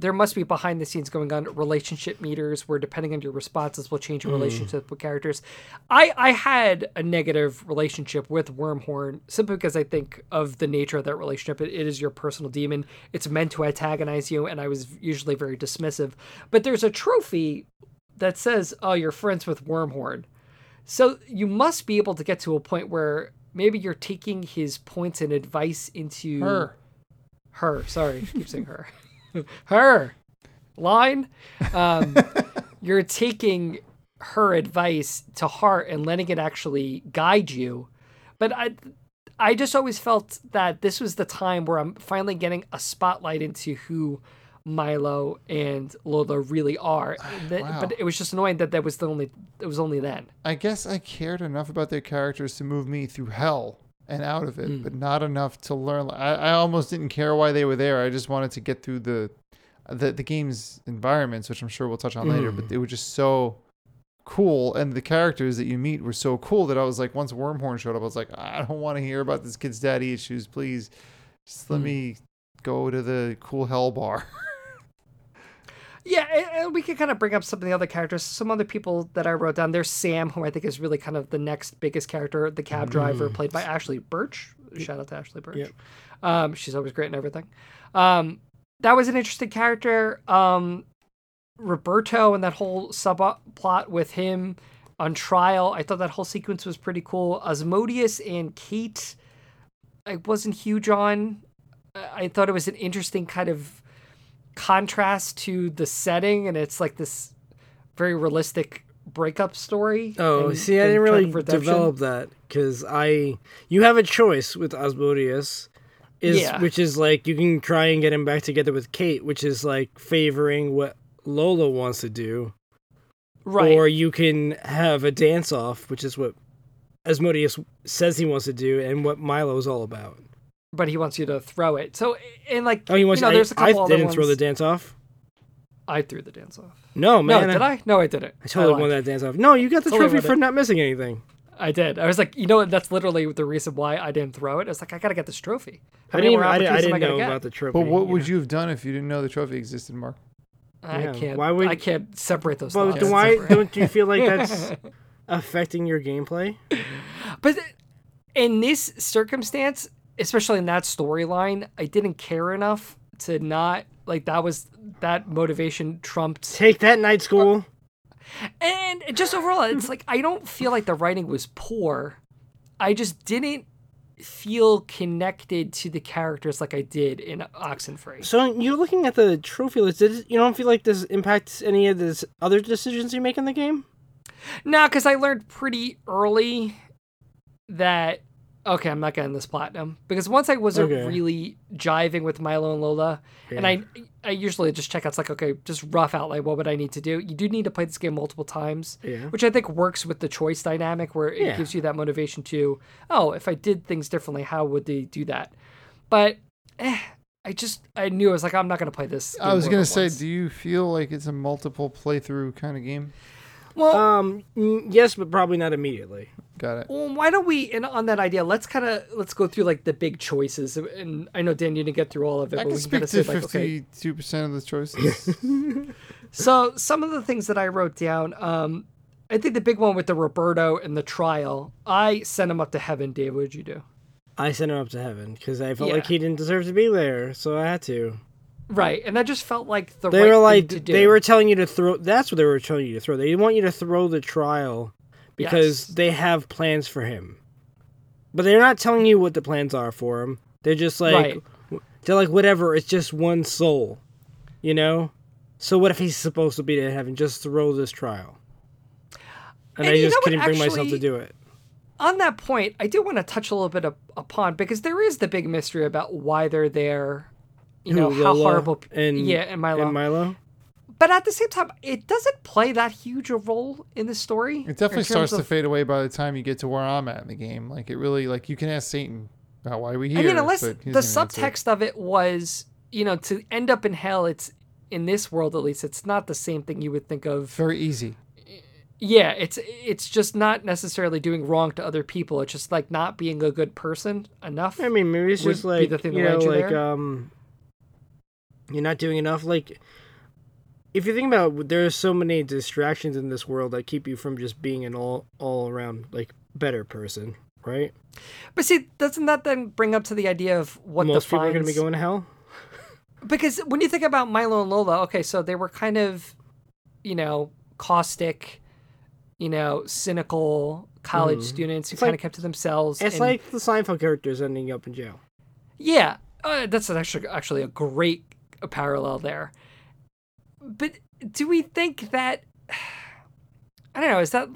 S1: there must be behind the scenes going on relationship meters where depending on your responses will change your relationship with characters. I I had a negative relationship with Wormhorn simply because I think of the nature of that relationship. It- it is your personal demon. It's meant to antagonize you, and I was usually very dismissive. But there's a trophy that says, "Oh, you're friends with Wormhorn." So you must be able to get to a point where maybe you're taking his points and advice into
S3: Her.
S1: her, sorry, I keep saying her. (laughs) her line.
S3: (laughs)
S1: Um, you're taking her advice to heart and letting it actually guide you. But I I just always felt that this was the time where I'm finally getting a spotlight into who Milo and Lola really
S3: (sighs)
S1: are. That-
S3: Wow.
S1: But it was just annoying that that was the only it was only then.
S3: I guess I cared enough about their characters to move me through hell and out of it, but not enough to learn. I, I almost didn't care why they were there. I just wanted to get through the the, the game's environments, which I'm sure we'll touch on later. But they were just so cool, and the characters that you meet were so cool that I was like, once Wormhorn showed up, I was like, I don't want to hear about this kid's daddy issues. Please, just let me go to the cool hell bar.
S1: Yeah, and- and we could kind of bring up some of the other characters. Some other people that I wrote down. There's Sam, who I think is really kind of the next biggest character, the cab driver, played by Ashley Birch. Shout out to Ashley Birch.
S2: Yep.
S1: Um, she's always great in everything. Um, that was an interesting character. Um, Roberto and that whole subplot with him on trial. I thought that whole sequence was pretty cool. Osmodius and Kate, I wasn't huge on. I I thought it was an interesting kind of contrast to the setting, and it's like this very realistic breakup story.
S2: Oh,
S1: and-
S2: see, I
S1: and
S2: didn't
S1: kind
S2: really
S1: of redemption.
S2: develop that because I you have a choice with Osmodius, is
S1: Yeah.
S2: which is like you can try and get him back together with Kate, which is like favoring what Lola wants to do,
S1: right.
S2: or you can have a dance off, which is what Asmodeus says he wants to do and what Milo's all about.
S1: but he wants you to throw it. So, and like,
S2: Oh, he wants.
S1: you know,
S2: I,
S1: there's a
S2: I
S1: couple other
S2: didn't
S1: ones.
S2: throw the dance off.
S1: I threw the dance off.
S2: No, man.
S1: no, did I? No, I didn't.
S2: I totally
S1: lied.
S2: won that dance off. No, you got the
S1: Totally
S2: trophy
S1: won
S2: for
S1: it.
S2: not missing anything.
S1: I did. I was like, you know what? That's literally the reason why I didn't throw it. I was like, I gotta get this trophy. How
S2: I
S1: many
S2: didn't.
S1: more
S2: I didn't, I
S1: opportunities am
S2: didn't
S1: gonna
S2: know
S1: get?
S2: about the trophy.
S3: But what
S2: you know?
S3: would (laughs) you have done if you didn't know the trophy existed, Mark?
S1: I
S2: Yeah,
S1: can't.
S2: why would-
S1: I can't separate those.
S2: Well,
S1: thoughts.
S2: do I,
S1: Separate.
S2: don't you feel like (laughs) that's affecting your gameplay?
S1: But th- in this circumstance, especially in that storyline, I didn't care enough to not like that was that motivation trumped
S2: Take that night school.
S1: And just overall, it's like I don't feel like the writing was poor. I just didn't feel connected to the characters like I did in Oxenfree.
S2: So you're looking at the trophy list. Does, you don't feel like this impacts any of the other decisions you make in the game?
S1: Nah, because I learned pretty early that okay, I'm not getting this platinum because once I wasn't
S2: Okay.
S1: really jiving with Milo and Lola, and
S2: Yeah.
S1: I I usually just check out. It's like okay, just rough outline. What would I need to do? You do need to play this game multiple times.
S2: Yeah.
S1: which I think works with the choice dynamic where it
S2: Yeah.
S1: gives you that motivation to, oh, if I did things differently, how would they do that? But eh, I just I knew I was like I'm not gonna play this.
S3: I
S1: game
S3: was
S1: more
S3: gonna
S1: than
S3: say,
S1: once.
S3: do you feel like it's a multiple playthrough kind of game?
S1: well,
S2: Um. mm, Yes, but probably not immediately.
S3: Got it.
S1: well, why don't we? And on that idea, let's kind of let's go through like the big choices. And I know Dan, you didn't get through all of it.
S3: I
S1: but
S3: can
S1: we
S3: speak
S1: kinda
S3: to
S1: say, like, okay,
S3: fifty-two
S1: (laughs)
S3: percent of the choices.
S1: So some of the things that I wrote down, um, I think the big one with the Roberto and the trial. I sent him up to heaven. Dave, what'd you do?
S2: I sent him up to heaven because I felt
S1: Yeah.
S2: like he didn't deserve to be there, so I had to.
S1: Right, and I just felt like the
S2: They
S1: right
S2: were like,
S1: thing to do.
S2: they were telling you to throw. That's what they were telling you to throw. They want you to throw the trial
S1: Yes.
S2: because they have plans for him, but they're not telling you what the plans are for him. They're just like,
S1: Right.
S2: w- they're like, whatever. It's just one soul, you know. So what if he's supposed to be to heaven? Just throw this trial,
S1: And
S2: and, I
S1: you
S2: just
S1: know what,
S2: couldn't bring myself to
S1: actually-
S2: do it.
S1: on that point, I do want to touch a little bit up, upon because there is the big mystery about why they're there. You know
S2: Who,
S1: how
S2: Lola
S1: horrible.
S2: and
S1: yeah, and Milo.
S2: and Milo.
S1: but at the same time, it doesn't play that huge a role in the story.
S3: It definitely
S1: in terms
S3: starts to
S1: of-
S3: fade away by the time you get to where I'm at in the game. Like it really, like you can ask Satan about why we here.
S1: I mean, unless the
S3: but he doesn't even answer.
S1: subtext of it was, you know, to end up in hell. It's in this world at least. It's not the same thing you would think of.
S3: very easy.
S1: Yeah, it's it's just not necessarily doing wrong to other people. It's just like not being a good person enough.
S2: I mean, maybe it's
S1: would
S2: just
S1: be
S2: like
S1: the thing
S2: you
S1: that
S2: know,
S1: led you
S2: like
S1: there?
S2: um, you're not doing enough. Like, if you think about, it, there are so many distractions in this world that keep you from just being an all all around like better person, right?
S1: But see, doesn't that then bring up to the idea of what
S2: Most
S1: the
S2: people are going to be
S1: fines-
S2: going to hell.
S1: because when you think about Milo and Lola, okay, so they were kind of, you know, caustic, you know, cynical college students who
S2: Mm-hmm. It's
S1: kind
S2: like-
S1: of kept to themselves.
S2: It's
S1: and-
S2: like the Seinfeld characters ending up in jail.
S1: yeah, uh, that's actually actually a great parallel there. But do we think that? (sighs) I don't know. Is that?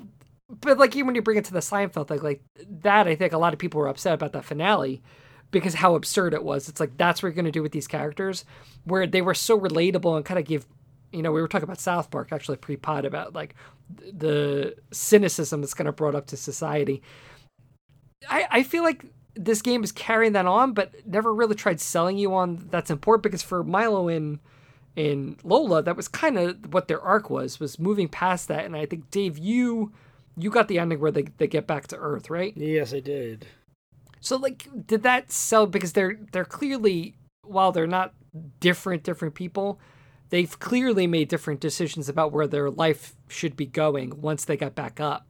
S1: But like even when you bring it to the Seinfeld thing, like that, I think a lot of people were upset about that finale because how absurd it was. It's like that's what you're gonna do with these characters, where they were so relatable and kind of give. You know, we were talking about South Park actually pre-pod about like th- the cynicism that's kind of brought up to society. I, I feel like this game is carrying that on, but never really tried selling you on that's important because for Milo and and Lola, that was kind of what their arc was was moving past that. And I think Dave, you you got the ending where they, they get back to Earth, right?
S2: Yes, I did.
S1: So like, did that sell because they're they're clearly while they're not different different people, they've clearly made different decisions about where their life should be going once they got back up.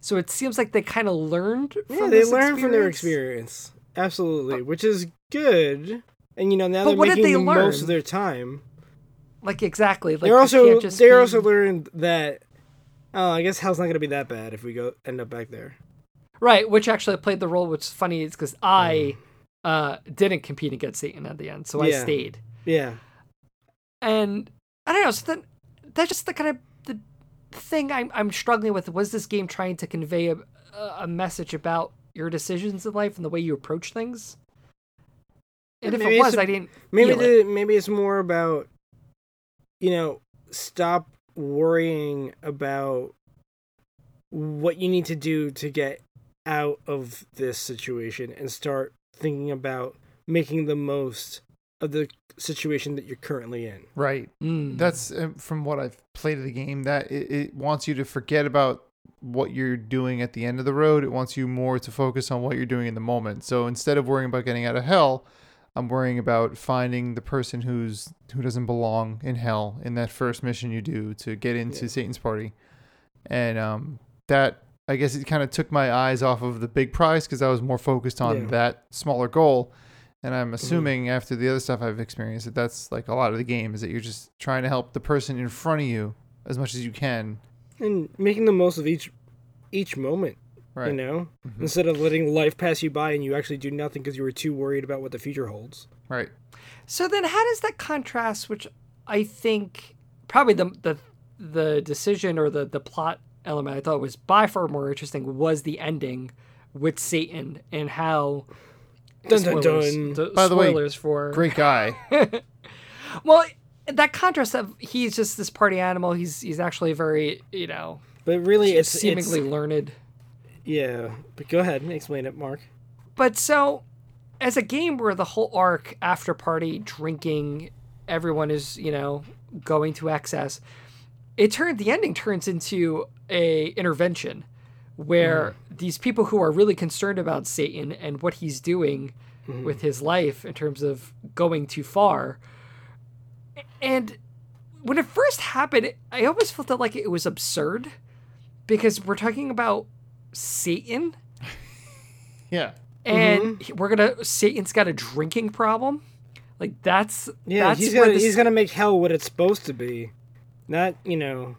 S1: So it seems like they kind of learned.
S2: Yeah,
S1: from
S2: they
S1: this
S2: learn from their experience. Absolutely, which is good. And you know now
S1: But
S2: they're
S1: what did
S2: making
S1: they
S2: the most
S1: learn?
S2: of their time.
S1: Like exactly. Like
S2: they're
S1: you
S2: also
S1: can't just
S2: they're
S1: be-
S2: also learned that oh I guess hell's not gonna be that bad if we go end up back there.
S1: right, which actually played the role. Which is funny is because I uh, didn't compete against Satan at the end, so I
S2: Yeah.
S1: stayed.
S2: Yeah.
S1: And I don't know. So then that's just the kind of the thing I'm I'm struggling with. Was this game trying to convey a, a a message about your decisions in life and the way you approach things? And if
S2: Maybe
S1: it
S2: it's
S1: was,
S2: a-
S1: I I didn't.
S2: Maybe
S1: feel it.
S2: the, maybe it's more about you know, stop worrying about what you need to do to get out of this situation and start thinking about making the most of the situation that you're currently in.
S3: Right.
S1: Mm.
S3: That's uh, from what I've played of the game. That it, it wants you to forget about what you're doing at the end of the road. It wants you more to focus on what you're doing in the moment. So instead of worrying about getting out of hell, I'm worrying about finding the person who's who doesn't belong in hell in that first mission you do to get into Satan's party, and um, that I guess it kind of took my eyes off of the big prize because I was more focused on
S2: Yeah.
S3: that smaller goal. And
S1: Mm-hmm.
S3: I'm assuming after the other stuff I've experienced that that's like a lot of the game is that you're just trying to help the person in front of you as much as you can.
S2: And making the most of each each moment.
S3: Right.
S2: you know instead of letting life pass you by and you actually do nothing because you were too worried about what the future holds
S3: Right.
S1: So then, how does that contrast? Which I think probably the the the decision or the the plot element I thought was by far more interesting was the ending with Satan and how.
S2: Dun, dun,
S1: spoilers-
S2: dun.
S1: the
S3: By the way,
S1: spoilers for
S3: Great guy. (laughs)
S1: well, that contrast of he's just this party animal. He's he's actually very you know
S2: but really it's
S1: seemingly
S2: it's,
S1: learned.
S2: yeah but go ahead and explain it mark
S1: But so, as a game where the whole arc, after party, drinking, everyone is, you know, going to excess, it turned the ending turns into a intervention where these people who are really concerned about Satan and what he's doing with his life in terms of going too far. And when it first happened, I always felt that like it was absurd because we're talking about Satan
S3: Yeah.
S2: Mm-hmm.
S1: and he- we're gonna Satan's got a drinking problem. Like that's
S2: Yeah,
S1: that's
S2: he's
S1: where
S2: gonna
S1: this,
S2: he's gonna make hell what it's supposed to be, not you know,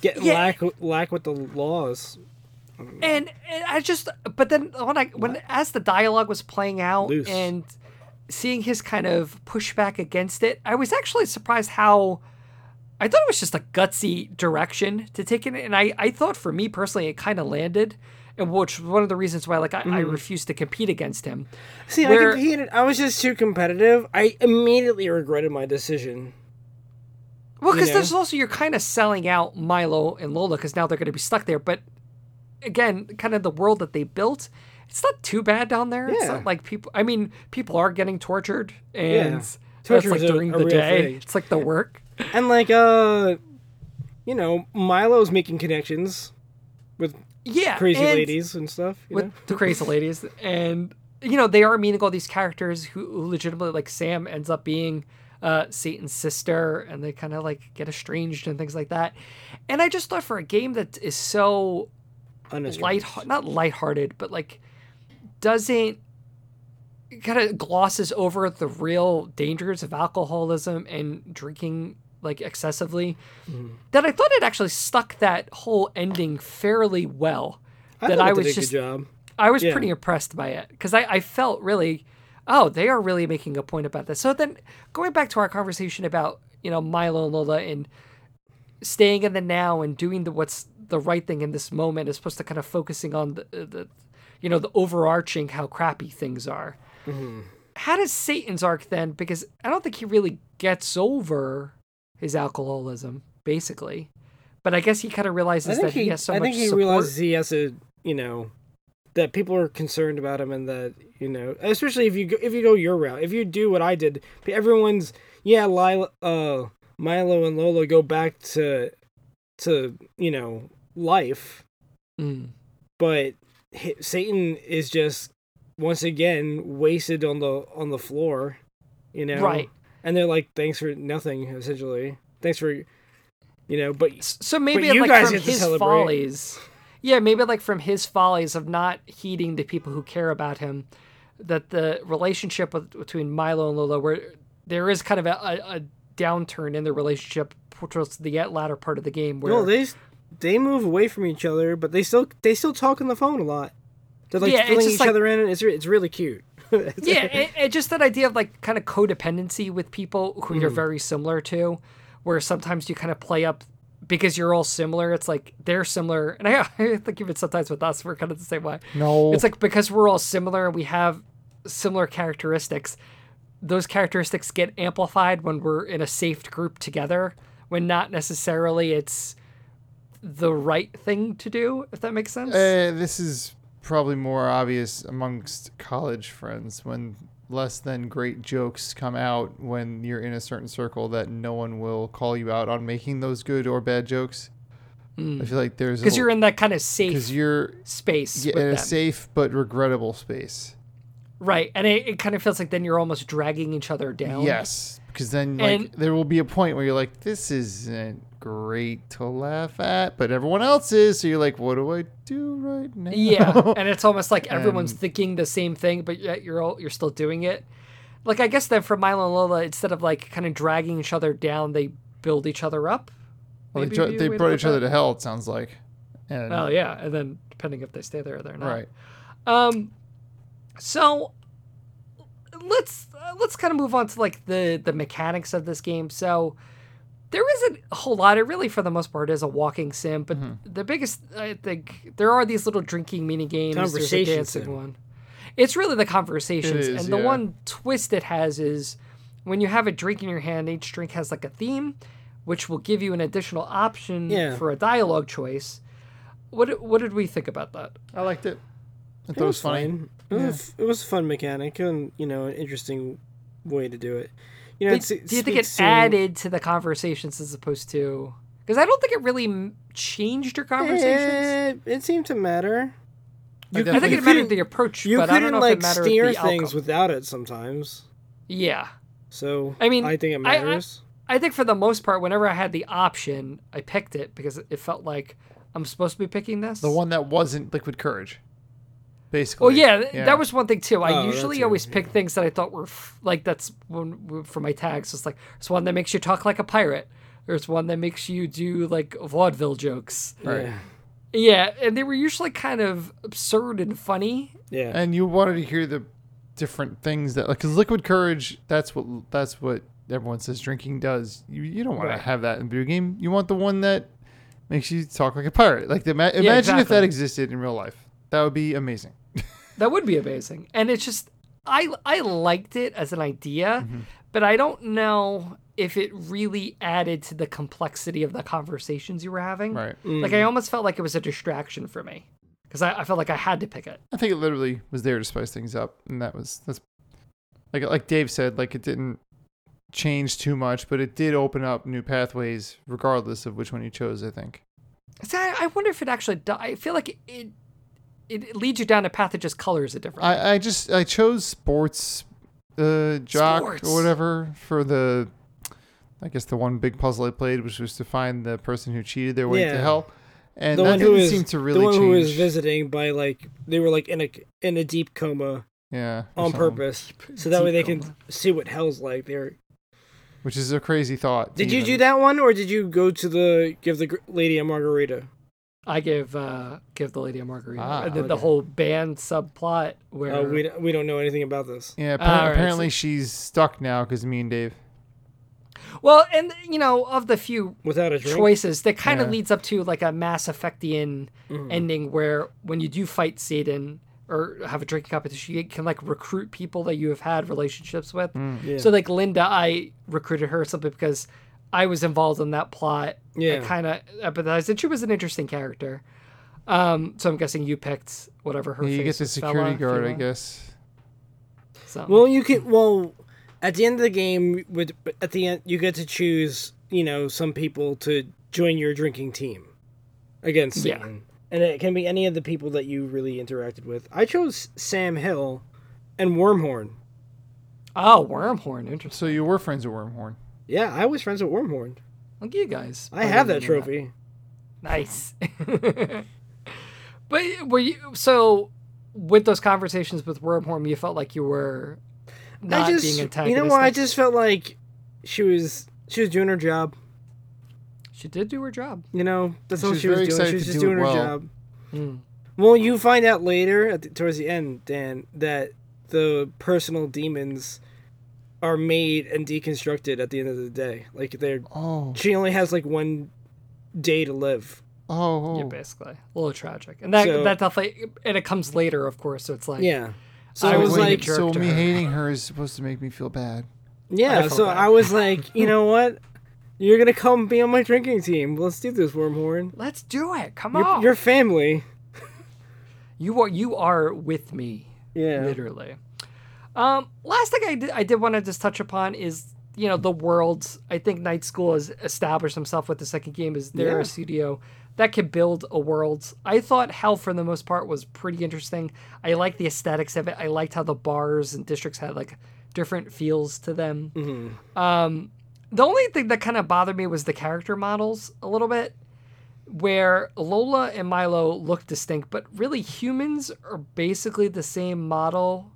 S2: get
S1: Yeah.
S2: lack lack with the laws.
S1: and, and I just but then when I when as the dialogue was playing out
S2: Loose.
S1: and seeing his kind of pushback against it, I was actually surprised how I thought it was just a gutsy direction to take it, and I I thought for me personally it kind of landed, and which was one of the reasons why like I, I
S2: Mm.
S1: refused to compete against him.
S2: See,
S1: Where-
S2: I competed. I was just too competitive. I immediately regretted my decision.
S1: Well,
S2: you
S1: because
S2: know?
S1: there's also you're kind of selling out Milo and Lola because now they're going to be stuck there. But again, kind of the world that they built, it's not too bad down there. It's
S2: Yeah.
S1: not like people. I mean, people are getting tortured, and that's
S2: Torture
S1: like
S2: is a-
S1: during
S2: a
S1: the
S2: real
S1: day.
S2: thing.
S1: It's like the work.
S2: And like uh, you know, Milo's making connections with
S1: Yeah,
S2: crazy
S1: and
S2: ladies and stuff. You
S1: with
S2: know?
S1: the
S2: (laughs)
S1: crazy ladies, and you know they are meeting all these characters who who legitimately like Sam ends up being uh, Satan's sister, and they kind of like get estranged and things like that. And I just thought for a game that is so
S2: Unassuming.
S1: light not lighthearted, but like doesn't kind of glosses over the real dangers of alcoholism and drinking like excessively.
S2: Mm.
S1: That I thought it actually stuck that whole ending fairly well.
S2: I
S1: that
S2: thought
S1: I
S2: it did
S1: was
S2: a
S1: just
S2: good job.
S1: I was
S2: Yeah.
S1: pretty impressed by it because I, I felt really, oh, they are really making a point about this. So then going back to our conversation about, you know, Milo and Lola and staying in the now and doing the what's the right thing in this moment as opposed to kind of focusing on the, the you know, the overarching how crappy things are.
S2: Mm-hmm.
S1: How does Satan's arc then? Because I don't think he really gets over his alcoholism, basically. But I guess he kind of
S2: I
S1: realizes
S2: think
S1: that he,
S2: he,
S1: has so
S2: I
S1: much
S2: think he
S1: support.
S2: realizes he has to, you know, that people are concerned about him, and that you know, especially if you go, if you go your route, if you do what I did, everyone's yeah, Lila, uh, Milo and Lola go back to, to you know, life,
S1: Mm.
S2: but hi- Satan is just once again wasted on the on the floor, you know,
S1: Right.
S2: And they're like, thanks for nothing, essentially. Thanks for, you know, but
S1: S- So maybe
S2: you
S1: like
S2: guys
S1: from
S2: get to
S1: his
S2: celebrate.
S1: follies. Yeah, maybe like from his follies of not heeding the people who care about him, that the relationship with, between Milo and Lola, where there is kind of a, a, a downturn in their relationship towards the latter part of the game, where
S2: No, they they move away from each other, but they still they still talk on the phone a lot. They're like
S1: Yeah, it's
S2: filling
S1: just
S2: each
S1: like-
S2: other in, and it's re- it's really cute. (laughs)
S1: yeah, and, and just that idea of like kind of codependency with people who
S2: Hmm.
S1: you're very similar to, where sometimes you kind of play up because you're all similar. It's like they're similar, and I, (laughs) I think even sometimes with us, we're kind of the same way.
S3: No.
S1: it's like because we're all similar and we have similar characteristics. Those characteristics get amplified when we're in a safe group together, when not necessarily it's the right thing to do. If that makes sense.
S3: Uh, this is probably more obvious amongst college friends when less than great jokes come out when you're in a certain circle that no one will call you out on making those good or bad jokes. I feel like there's
S1: Hmm. because you're in that kind of safe
S3: because you're
S1: space
S3: yeah,
S1: with
S3: in a
S1: them.
S3: safe but regrettable space.
S1: Right, and it, it kind of feels like then you're almost dragging each other down.
S3: Yes, because then like
S1: And-
S3: there will be a point where you're like, this isn't great to laugh at, but everyone else is. So you're like, what do I do right now? (laughs)
S1: Yeah, and it's almost like everyone's
S3: And-
S1: thinking the same thing, but yet you're all, you're still doing it. Like I guess then for Milo and Lola, instead of like kind of dragging each other down, they build each other up.
S3: Well, they,
S1: Maybe
S3: dro-
S1: we-
S3: they
S1: we
S3: brought
S1: look
S3: each other
S1: at-
S3: to hell. It sounds like. And,
S1: Well, yeah, and then depending if they stay there or they're not.
S3: Right.
S1: Um, so let's uh, let's kind of move on to like the the mechanics of this game. So there isn't a whole lot. It really, for the most part, is a walking sim. But the biggest, I think, there are these little drinking mini games. There's a
S2: Conversation
S1: dancing
S2: sim.
S1: one. It's really the conversations,
S3: It is,
S1: and the
S3: yeah.
S1: one twist it has is when you have a drink in your hand, each drink has like a theme, which will give you an additional option
S2: Yeah.
S1: for a dialogue choice. What what did we think about that?
S3: I liked it. I thought it was funny.
S2: fine. It, was a f- it was a fun mechanic and you know an interesting way to do it. You know,
S1: But
S2: it's, it
S1: do you think it
S2: speaks to-
S1: added to the conversations as opposed to? Because I don't think it really m- changed your conversations.
S2: Eh, it seemed to matter.
S3: I
S1: I think
S3: definitely-
S1: it mattered
S2: couldn't-
S1: the approach,
S2: You
S1: but I don't
S2: couldn't
S1: know if
S2: like
S1: it mattered
S2: steer
S1: the
S2: things
S1: outcome.
S2: without it sometimes.
S1: Yeah,
S2: So
S1: I mean,
S2: I think it
S1: I- I-
S2: matters.
S1: I think for the most part, whenever I had the option, I picked it because it felt like, I'm supposed to be picking this.
S3: The one that wasn't Liquid Courage, basically.
S1: Well, yeah, th that was one thing too. I
S2: Oh,
S1: usually
S2: that's it,
S1: always pick things that I thought were f- like that's one for my tags. It's like there's one that makes you talk like a pirate. There's one that makes you do like vaudeville jokes.
S3: Right.
S2: Yeah.
S1: Yeah, and they were usually kind of absurd and funny.
S2: Yeah.
S3: and you wanted to hear the different things that like because liquid courage that's what that's what everyone says drinking does you, you don't want
S1: Right.
S3: to have that in a video game you want the one that makes you talk like a pirate like the, ima- imagine if that
S1: exactly.
S3: existed in real life that would be amazing
S1: That would be amazing. And it's just I I liked it as an idea,
S3: Mm-hmm.
S1: but I don't know if it really added to the complexity of the conversations you were having.
S3: right
S1: Like I almost felt like it was a distraction for me because I, I felt like I had to pick it.
S3: i think it literally was there to spice things up and that was that's like like dave said like it didn't change too much but it did open up new pathways regardless of which one you chose i think
S1: See, I, I wonder if it actually. do- I feel like it, it it leads you down a path that just colors a different.
S3: I, I just I chose sports uh jock
S1: Sports.
S3: or whatever for the I guess the one big puzzle I played which was to find the person who cheated their way to
S2: Yeah.
S3: hell. And
S2: the
S3: that
S2: one
S3: didn't
S2: who was
S3: seem to really
S2: the one
S3: change.
S2: who was visiting by like they were like in a in a deep coma
S3: yeah. or
S2: on
S3: something.
S2: purpose, so that way they
S1: Deep
S2: can
S1: coma.
S2: see what hell's like. They're
S3: Which is a crazy thought.
S2: Did you do that one, or did you go to the give the gr- lady a margarita?
S1: I give uh give the lady a margarita,
S3: Ah,
S1: and then the
S2: okay.
S1: whole band subplot where
S2: Uh, we don't- we don't know anything about this.
S3: Yeah, appa-
S1: All right,
S3: apparently she's stuck now because me and Dave.
S1: well, and you know of the few
S2: Without a drink,
S1: choices that kind of
S3: Yeah.
S1: leads up to like a Mass Effectian
S2: Mm.
S1: ending where when you do fight Satan or have a drinking competition, you can like recruit people that you have had relationships with.
S2: Yeah.
S1: So like Linda, I recruited her simply because I was involved in that plot.
S2: Yeah.
S1: I kind of empathized, and she was an interesting character. Um, so I'm guessing you picked whatever her.
S3: Yeah, you get
S1: face
S3: the
S1: was,
S3: security
S1: Fella,
S3: guard, I
S1: Fela,
S3: guess.
S1: something.
S2: Well, you can. Well, at the end of the game, with at the end, you get to choose. You know, some people to join your drinking team against
S1: Yeah.
S2: Satan, and it can be any of the people that you really interacted with. I chose Sam Hill and Wormhorn.
S1: oh, Wormhorn, interesting.
S3: So you were friends with Wormhorn.
S2: Yeah, I was friends with Wormhorn.
S1: Look at you guys.
S2: I have that
S1: Better than
S2: trophy.
S1: Nice. but were you so with those conversations with Wormhorn? You felt like you were not
S2: I just,
S1: being
S2: you
S1: antagonistic.
S2: know what? I just felt like she was she was doing her job.
S1: she did do her job.
S2: You know, that's
S3: She
S2: all
S3: was
S2: she was
S3: very
S2: doing.
S3: excited
S2: She was
S3: to
S2: just
S3: do it
S2: doing her
S3: well.
S2: job.
S1: Mm.
S2: Well, you find out later, at the, towards the end, Dan, that the personal demons are made and deconstructed at the end of the day. Like they're
S3: Oh.
S2: she only has like one day to live.
S3: Oh.
S1: Yeah, basically, a little tragic, and that
S2: So-
S1: that definitely, and it comes later, of course. So it's like,
S2: Yeah. So
S1: I
S2: I
S3: So
S2: was
S3: wait,
S1: wouldn't
S2: like,
S1: jerk
S3: so
S1: to
S3: me
S1: her.
S3: hating her is supposed to make me feel bad.
S1: I
S2: yeah.
S1: felt
S2: so
S1: bad.
S2: I was (laughs) like, you know what? You're gonna come be on my drinking team. Let's do this, Wormhorn.
S1: let's do it. Come
S2: You're,
S1: on,
S2: you're family.
S1: you are you are with me.
S2: Yeah.
S1: literally. Um, last thing I did, I did want to just touch upon is you know the worlds. I think Night School has established himself with the second game. Is they're
S2: Yeah.
S1: a studio that could build a world. I thought Hell for the most part was pretty interesting. I liked the aesthetics of it. I liked how the bars and districts had like different feels to them. Um, the only thing that kind of bothered me was the character models a little bit where Lola and Milo look distinct, but really humans are basically the same model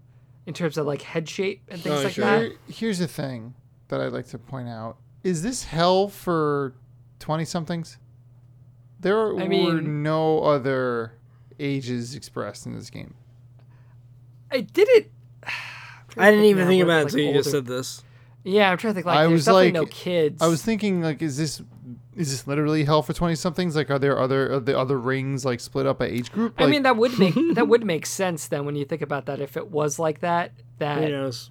S1: in terms of like head shape and things
S2: Oh,
S1: like
S2: sure.
S1: that.
S3: Here- here's the thing that I'd like to point out: is this hell for twenty somethings? There
S1: I
S3: were
S1: mean-
S3: no other ages expressed in this game.
S1: I did it. (sighs)
S2: I didn't even
S1: now
S2: think
S1: we're,
S2: about it
S1: like,
S2: until you just
S1: older.
S2: said this.
S1: Yeah, I'm trying to think. Like,
S3: I
S1: there's
S3: was,
S1: definitely
S3: like-
S1: no kids.
S3: I was thinking, like, is this is this literally hell for twenty somethings? Like, are there other are the other rings like split up by age group?
S1: I
S3: Like,
S1: mean, that would make that
S3: (laughs)
S1: would make sense then when you think about that. If it was like that, that
S2: Who knows?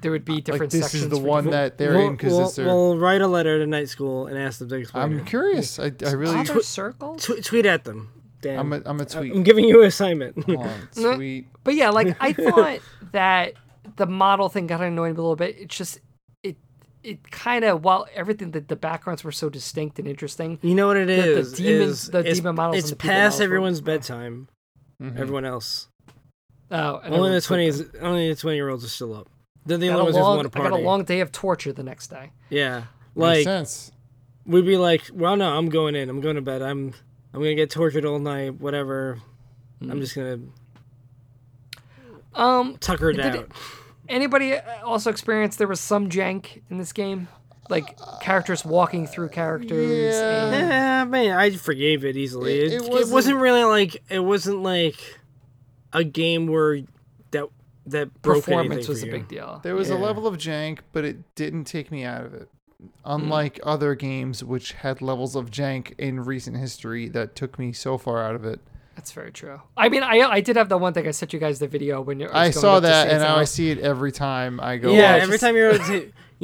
S1: there would be
S3: like
S1: different
S3: this
S1: sections.
S3: is the
S1: for
S3: one
S1: different-
S3: that they're
S2: we'll,
S3: in because
S2: we'll,
S3: it's their.
S2: we'll write a letter to night school and ask them to explain.
S3: I'm
S2: it.
S3: curious. I, I really.
S1: Other circles.
S2: Tw- tweet at them. Dan.
S3: I'm a, I'm a
S2: I'm
S3: tweet.
S2: giving you an
S1: (laughs)
S2: assignment.
S3: Hold on,
S1: No.
S3: tweet.
S1: But yeah, like I thought that the model thing got annoying me a little bit. It's just it it kind of while everything the, the backgrounds were so distinct and interesting.
S2: (laughs) you know what it
S1: the
S2: is?
S1: demons-
S2: is-
S1: the
S2: it's,
S1: demon models
S2: It's
S1: and the people models
S2: past
S1: were- Mm-hmm.
S2: everyone's bedtime.
S3: Mhm.
S2: Everyone else.
S1: Oh, and
S2: Only
S1: everyone
S2: the
S1: slept in.
S2: twenties. Only the twenty year olds are still up. They're the
S1: I
S2: only
S1: got,
S2: ones
S1: a
S2: who
S1: long,
S2: want to
S1: I
S2: party.
S1: got a long day of torture the next day.
S2: yeah,
S3: Makes
S2: like
S3: sense.
S2: we'd be like, well, no, I'm going in. I'm going to bed. I'm I'm I'm gonna get tortured all night, whatever.
S1: Mm.
S2: I'm just gonna
S1: Um,
S2: tucker it
S1: Did
S2: out.
S1: it- anybody uh, also experience there was some jank in this game, like characters walking through characters.
S3: yeah.
S1: and-
S2: (laughs) Eh, man, I forgave it easily. It,
S3: It- it
S2: it, wasn't,
S3: wasn't-
S2: really like it wasn't like a game where that that broke anything
S1: performance
S2: for
S1: was a
S2: you.
S1: big deal.
S3: There was a
S2: Yeah.
S3: level of jank, but it didn't take me out of it. Unlike other games which had levels of jank in recent history that took me so far out of it.
S1: That's very true. I mean, I I did have the one thing I sent you guys the video when you're.
S3: I saw that and now I see it every time I go
S2: Yeah,
S3: up.
S2: every time
S3: (laughs)
S2: you're,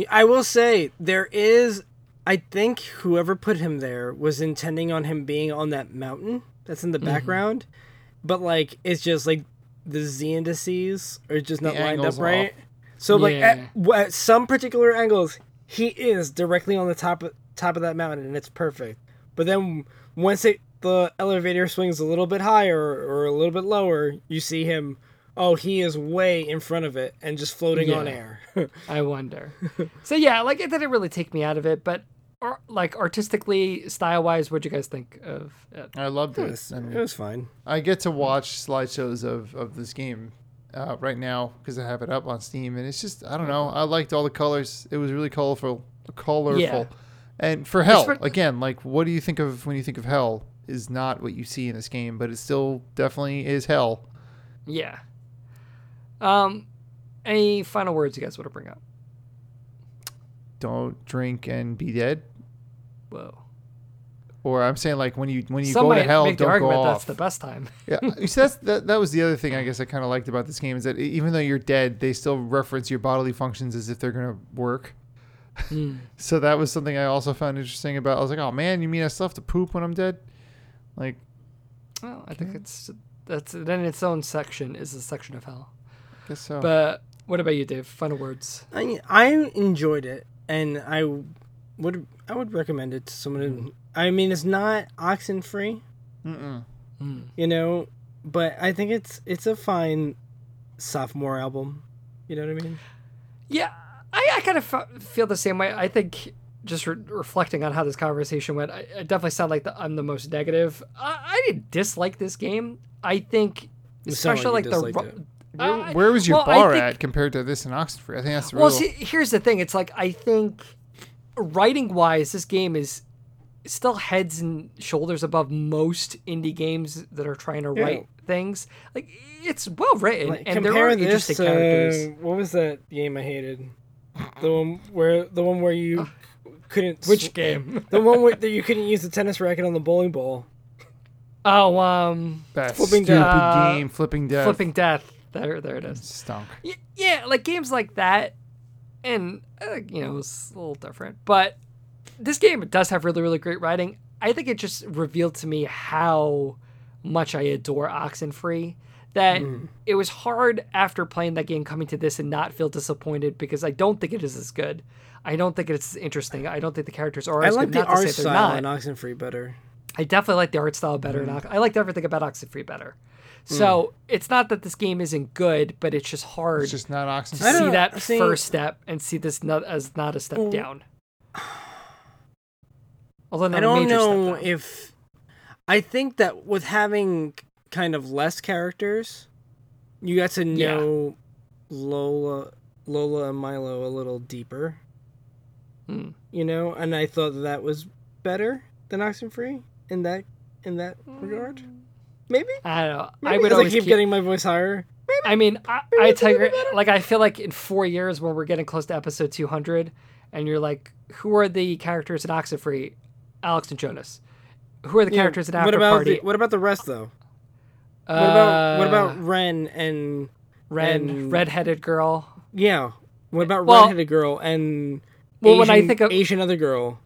S2: I will say there is. I think whoever put him there was intending on him being on that mountain that's in the
S3: Mm-hmm.
S2: background, but like it's just like the z indices are just not lined up
S3: angle's off.
S2: right. So like
S1: Yeah.
S2: at, w- at some particular angles, he is directly on the top of, top of that mountain, and it's perfect. But then once it the elevator swings a little bit higher or a little bit lower, you see him. Oh, he is way in front of it and just floating on
S1: Yeah.
S2: air. (laughs)
S1: I wonder. (laughs) so yeah, like it didn't really take me out of it, but or, like artistically, style wise, what'd you guys think of it?
S3: I loved
S2: It
S3: it.
S2: was,
S3: I, mean,
S2: it was fine.
S3: I get to watch slideshows of, of this game uh, right now because I have it up on Steam, and it's just I don't know. I liked all the colors. It was really colorful, colorful,
S1: Yeah.
S3: and for hell
S1: for-
S3: again. Like, what do you think of when you think of hell? Is not what you see in this game, but it still definitely is hell.
S1: Yeah. Um, any final words you guys want to bring up?
S3: Don't drink and be dead.
S1: Whoa.
S3: Or I'm saying like when you when you
S1: Some
S3: go
S1: might
S3: to hell,
S1: make the
S3: don't go
S1: argument
S3: off.
S1: that's the best
S3: (laughs)
S1: time. (laughs)
S3: yeah, you see, that's, that that was the other thing I guess I kind of liked about this game is that e, even though you're dead, they still reference your bodily functions as if they're gonna work.
S1: Hmm.
S3: so that was something I also found interesting about. I was like, oh man, you mean I still have to poop when I'm dead? Like,
S1: Well, I think it's that's then its own section is a section of hell.
S3: I guess so.
S1: But what about you, Dave? Final words.
S2: I I enjoyed it, and I would I would recommend it to someone. who- I mean, it's not oxen free,
S3: Mm-mm.
S2: you know, but I think it's it's a fine sophomore album. You know what I mean?
S1: Yeah, I, I kind of f- feel the same way. I think just re- reflecting on how this conversation went, I, I definitely sound like the, I'm the most negative. I, I didn't dislike this game. I think,
S2: You sound
S1: especially like,
S2: like you
S1: the.
S2: disliked
S1: ru- I-
S3: Where was your
S1: well, I
S3: bar
S1: think-
S3: at compared to this in Oxford? I think that's the
S1: Well,
S3: real.
S1: see, here's the thing. It's like I think writing wise, this game is still heads and shoulders above most indie games that are trying to
S2: Yeah.
S1: write things. Like it's well written,
S2: Like,
S1: and there are
S2: this
S1: interesting
S2: to-
S1: characters.
S2: what was that game I hated? The one where the one where you couldn't
S1: Which
S2: sw-
S1: game?
S2: the one where that you couldn't use the tennis racket on the bowling ball.
S1: Oh, um,
S3: That
S2: Flipping
S3: stupid
S1: Death.
S3: game, flipping death,
S1: flipping death. There, there it is.
S3: stunk.
S1: Y- Yeah, like games like that, and uh, you know, it's a little different. But this game does have really, really great writing. I think it just revealed to me how much I adore Oxenfree. That it was hard after playing that game coming to this and not feel disappointed because I don't think it is as good. I don't think it's as interesting. I don't think the characters are
S2: I
S1: as
S2: like
S1: good.
S2: the
S1: not
S2: art
S1: to say they're
S2: style
S1: not.
S2: in Oxenfree better.
S1: I definitely like the art style better.
S2: Mm-hmm.
S1: in Ox- I liked everything about Oxenfree better.
S2: Mm.
S1: So it's not that this game isn't good, but it's just hard
S3: It's just not oxygen.
S2: I
S1: see
S2: don't-
S1: that
S2: see- Mm.
S1: first step and see this not, as not a step down. Although not
S2: I
S1: a
S2: don't
S1: major
S2: know
S1: step down.
S2: if I think that with having kind of less characters, you got to
S1: Yeah.
S2: know Lola, Lola and Milo a little deeper.
S1: Hmm.
S2: You know, and I thought that, that was better than Oxenfree in that in that regard. Maybe,
S1: Mm. I don't know.
S2: Maybe
S1: I would
S2: as I
S1: always
S2: keep,
S1: keep,
S2: getting my voice higher.
S1: I mean, I, I tell you, like I feel like in four years when we're getting close to episode 200, and you're like, who are the characters in Oxenfree? Alex and Jonas. Who are the
S2: Yeah,
S1: characters in After
S2: what about
S1: Party?
S2: The, what about the rest though?
S1: uh,
S2: What about what about Ren and
S1: Ren,
S2: and-
S1: redheaded girl?
S2: yeah? What about
S1: Well-
S2: redheaded girl and
S1: Well, when I
S2: Asian-
S1: think of-
S2: Asian other girl?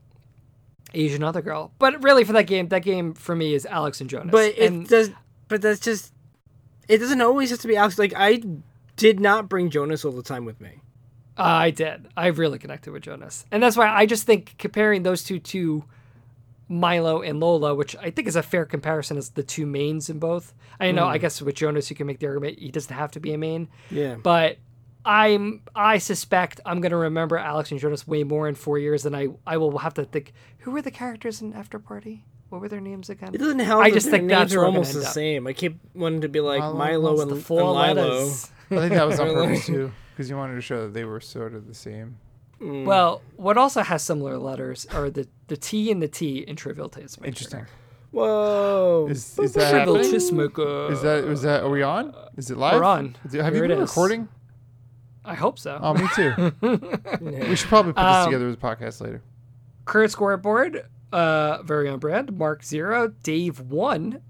S1: Asian other girl. But really, for that game, that game for me is Alex and Jonas.
S2: But it
S1: and
S2: does. But that's just. It doesn't always have to be Alex. Like I did not bring Jonas all the time with me.
S1: Uh, I did. I really connected with Jonas. And that's why I just think comparing those two to Milo and Lola, which I think is a fair comparison as the two mains in both. I know, I
S2: Mm.
S1: guess with Jonas, you can make the argument he doesn't have to be a main,
S2: Yeah.
S1: but I'm I suspect I'm going to remember Alex and Jonas way more in four years than I, I will have to think who were the characters in After Party? What were their names again?
S2: It doesn't help.
S1: I
S2: that
S1: just
S2: their
S1: think
S2: names
S1: that's
S2: are
S1: where we're gonna
S2: almost the
S1: end up.
S2: same. I keep wanting to be like
S3: Milo
S2: Milo,
S3: wants
S2: and,
S1: the
S2: and
S1: four
S2: Lilo.
S1: letters.
S3: I think that was on
S2: Really?
S3: purpose too, because you wanted to show that they were sort of the same.
S2: Hmm.
S1: Well, what also has similar letters are the, the T and the T in Trivial Taste Maker.
S3: Interesting.
S2: Whoa.
S3: Is, is that
S1: Trivial
S3: happening?
S1: Taste Maker.
S3: Is that is that are we on? Is it live?
S1: We're on.
S3: Is it- have
S1: Here
S3: you
S1: it
S3: been
S1: is.
S3: recording?
S1: I hope so.
S3: Oh, me too.
S2: Yeah.
S3: we should probably put this
S1: Um,
S3: together as a podcast later.
S1: Current scoreboard, uh, very on brand. Mark zero, Dave one,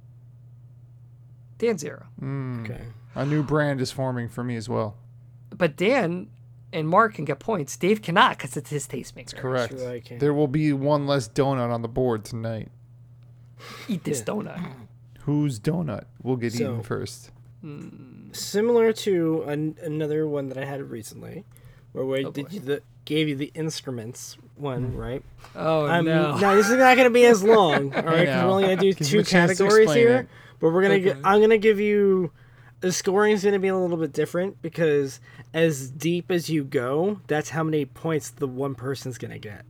S1: Dan zero.
S3: Mm.
S2: Okay.
S3: A new brand is forming for me as well.
S1: But Dan and Mark can get points. Dave cannot because it's his tastemaker.
S3: Correct.
S2: Sure I can.
S3: There will be one less donut on the board tonight.
S1: Eat this donut.
S2: Hmm.
S3: Whose donut will get
S2: So-
S3: eaten first?
S2: Similar to an, another one that I had recently, where we did you the gave you the instruments one, right?
S1: Oh
S2: I'm,
S1: no!
S2: No, this is not going to be as
S3: (laughs)
S2: long. All right, 'cause
S3: know.
S2: we're only going to do
S3: Give
S2: two
S3: him a chance to
S2: categories
S3: explain
S2: here,
S3: it.
S2: but we're going to.
S1: Okay.
S2: I'm going to give you. The scoring is going to be a little bit different because as deep as you go, that's how many points the one person's going to get.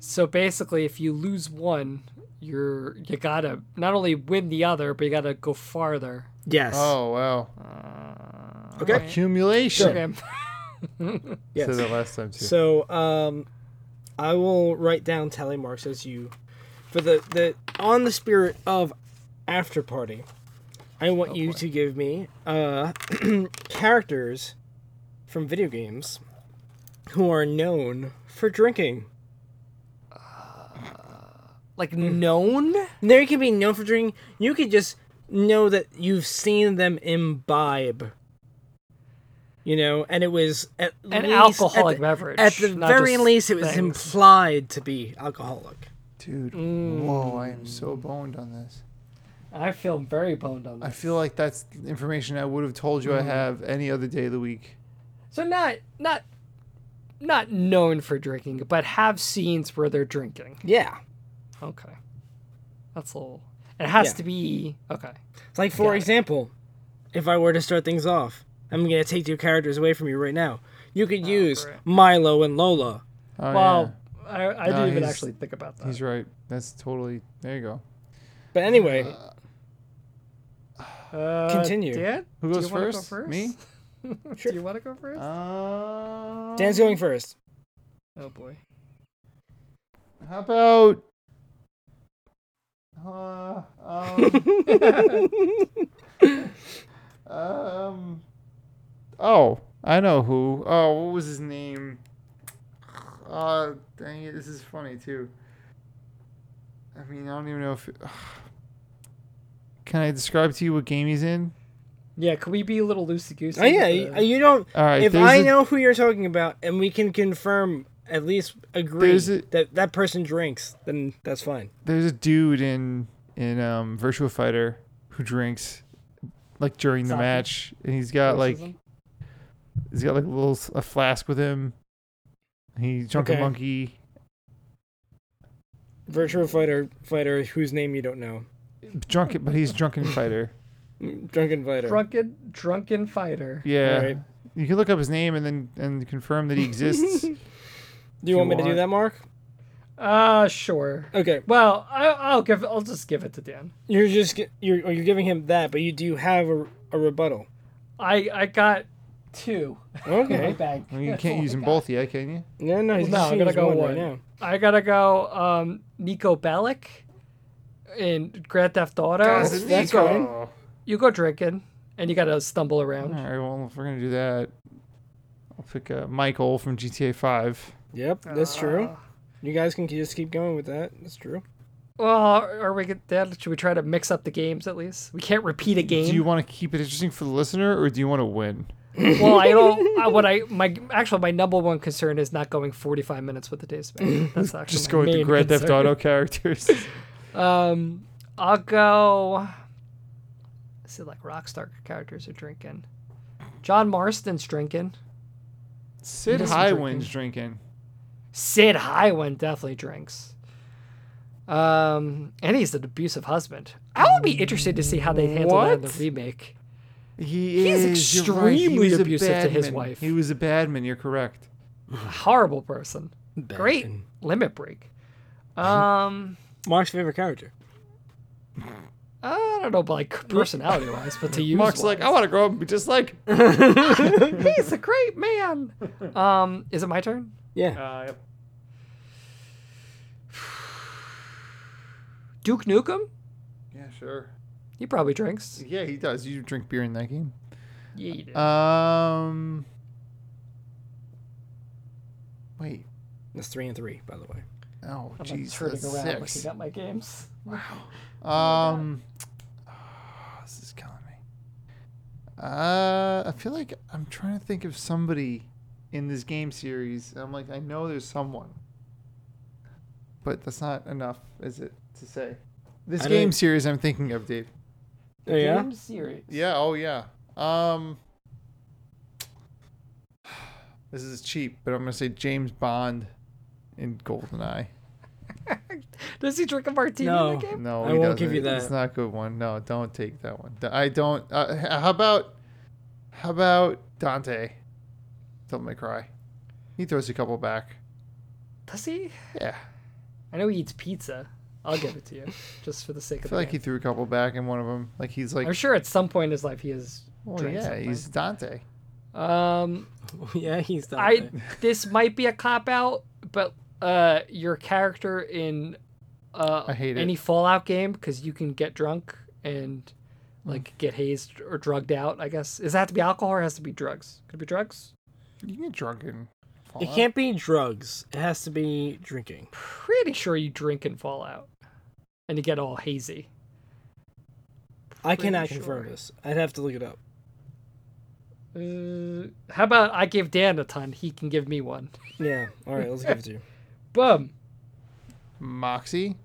S1: So basically, if you lose one, you're you gotta not only win the other, but you gotta go farther.
S2: Yes.
S3: Oh wow!
S2: okay.
S3: Accumulation.
S1: Okay.
S3: Said
S2: Yes.
S3: that last time too.
S2: So um, I will write down tally marks as you for the the on the spirit of after party. I
S1: Oh,
S2: want you to give me uh, (clears throat) characters from video games who are known for drinking.
S1: Like known?
S2: They can be known for drinking. You could just know that you've seen them imbibe. You know, and it was at
S1: An
S2: least-
S1: alcoholic
S2: at the,
S1: beverage,
S2: At the
S1: not
S2: very
S1: just
S2: least, it was
S1: things.
S2: implied to be alcoholic.
S3: Dude, whoa! I am so boned on this.
S1: I feel very boned on
S3: I
S1: that.
S3: feel like that's information I would have told you I
S1: Mm-hmm.
S3: have any other day of the week.
S1: So not not not known for drinking, but have scenes where they're drinking.
S2: Yeah.
S1: Okay, that's a little. It has
S2: Yeah.
S1: to be okay.
S2: It's like, for
S1: Got it.
S2: example, if I were to start things off, I'm going to take two characters away from you right now. You could use
S1: Oh, great.
S2: Milo and Lola.
S3: Oh,
S1: well, uh, I, I
S3: No,
S1: didn't even
S3: he's-
S1: actually think about
S3: yeah. he's
S1: that.
S3: right. That's totally. There you go.
S2: But anyway,
S1: Uh,
S2: Continue.
S1: Dan,
S3: Who
S1: do
S3: goes
S1: you wanna
S3: first?
S1: Go first?
S3: Me?
S1: (laughs)
S3: Uh,
S1: Do you want to go first?
S3: Um,
S2: Dan's going first.
S1: oh boy.
S3: How about? Uh, um, (laughs) um. Oh, I know who. Oh, what was his name? Uh, dang it, this is funny too. I mean, I don't even know if. Can I describe to you what game he's in?
S1: Yeah, could we be a little loosey goosey?
S2: Oh, yeah. You, you don't.
S3: All right.
S2: if
S3: there's
S2: I
S3: a-
S2: know who you're talking about and we can confirm, at least agree
S3: There's a-
S2: that that person drinks, then that's fine.
S3: there's a dude in in um Virtua Fighter who drinks like during the
S1: Sake.
S3: match, and he's got like he's got like a little s- a flask with him. He's drunk
S2: Okay.
S3: a monkey.
S2: Virtual fighter, fighter whose name you don't know.
S3: Drunken, but
S1: (laughs)
S3: he's drunken fighter.
S2: Mm, Drunken fighter.
S1: drunken drunken fighter.
S3: Yeah,
S2: Alright.
S3: you can look up his name and then and confirm that
S1: (laughs)
S3: he exists.
S2: do you
S3: you
S2: want me to do
S3: want-
S2: that, Mark?
S1: Uh sure.
S2: Okay.
S1: Well, I, I'll give. I'll just give it to Dan.
S2: You're just gi- you're you're giving him that, but you do have a,
S1: (laughs)
S2: a rebuttal.
S1: I I got two. (laughs) in my
S2: Okay.
S1: bag.
S3: I mean, you
S1: That's
S3: can't
S1: all
S3: use
S1: I
S3: them
S1: got.
S3: both yet, can you?
S2: No, no, he's
S1: Well, no,
S2: just
S1: I'm
S2: gonna
S1: gonna go
S2: one,
S1: one.
S2: right now.
S1: I gotta go. Um, Nico Bellic in Grand Theft Auto.
S2: Guys, it- that's
S1: Oh.
S2: fine.
S3: All
S1: You go drinking, and you gotta stumble around.
S3: right. Well, if we're gonna do that, I'll pick uh, Michael from GTA Five.
S2: Yep, that's true.
S1: Uh.
S2: You guys can just keep going with that. That's true.
S1: Well, are we good? Dad, should we try to mix up the games at least? We can't repeat a game.
S3: Do you want to keep it interesting for the listener, or do you want to win?
S1: well, I
S3: (laughs)
S1: don't. I, what I my actually my number one concern is not going 45 minutes with the taste
S3: (laughs)
S1: man. That's actually
S3: Just
S1: my
S3: go with the
S1: main
S3: Grand Theft
S1: concern. (laughs)
S3: Auto characters.
S1: Um, I'll go. Let's see, like Rockstar characters are drinking. John Marston's drinking.
S3: Sid
S1: Miss
S3: Highwind's drinking.
S1: Sid Highwind definitely drinks. Um, and he's an abusive husband. I would be interested to see how they handle that in the
S3: What?
S1: remake.
S3: He
S1: He's
S3: is you're right. He
S1: extremely
S3: was a
S1: abusive to his
S3: badman.
S1: wife.
S3: He was a badman. You're correct.
S1: Horrible person. Great limit break. Um,
S2: Mark's favorite (laughs) character.
S1: I don't know, but like personality wise, but to use
S3: (laughs) Mark's like, I want to grow up and be just like.
S1: he's a great man. Um, is it my turn?
S2: Yeah.
S4: Uh, yep.
S1: Duke Nukem?
S3: Yeah, sure.
S1: He probably drinks.
S3: Yeah, he does. You drink beer in that game.
S1: Yeah, you do.
S3: Um. Wait.
S2: That's three and three, by the way.
S3: Oh,
S1: I'm like,
S3: jeez.
S1: turning
S3: that's
S1: around
S3: six.
S1: looking at my games.
S3: Um,
S1: Oh,
S3: (sighs) this is killing me. Uh, I feel like I'm trying to think of somebody in this game series. and I'm like, I know there's someone, but that's not enough, is it, to say? This
S2: I
S3: game
S2: don't-
S3: series I'm thinking of, Dave.
S2: Oh, yeah.
S1: Game series.
S3: Yeah. Oh, yeah. Um, this is cheap, but I'm gonna say James Bond in GoldenEye.
S1: Does he drink a martini in
S2: No.
S1: the game?
S3: No,
S2: I
S3: he
S2: won't give
S3: doesn't.
S2: you that.
S3: It's not a good one. No, don't take that one. D- I don't. Uh, h- how about, how about Dante? Don't make cry. He throws a couple back.
S1: Does he?
S3: Yeah,
S1: I know he eats pizza. I'll give it to you, just for the sake of
S3: I feel
S1: the
S3: like he
S1: game.
S3: threw a couple back in one of them. Like he's like,
S1: I'm sure at some point in his life he has
S3: well,
S1: drank
S3: yeah,
S1: something.
S3: he's Dante.
S1: Um,
S2: (laughs) yeah, he's
S3: Oh,
S1: I
S2: done.
S3: (laughs)
S1: this might be a cop out, but uh, your character in uh
S3: I hate it. Mm.
S1: any Fallout game because you can get drunk and like get hazed or drugged out. I guess is that to be alcohol or has to be drugs? Could it be drugs?
S3: You can get drunk and. fall
S2: It
S3: out.
S2: can't be drugs. It has to be drinking.
S1: Pretty sure you drink in Fallout, and you get all hazy.
S2: I cannot
S1: Pretty
S2: confirm
S1: sure.
S2: this. I'd have to look it up.
S1: Uh, how about I give Dan a ton? He can give me one. (laughs)
S2: Yeah. All right. Let's give it to you.
S1: Boom.
S3: Moxie.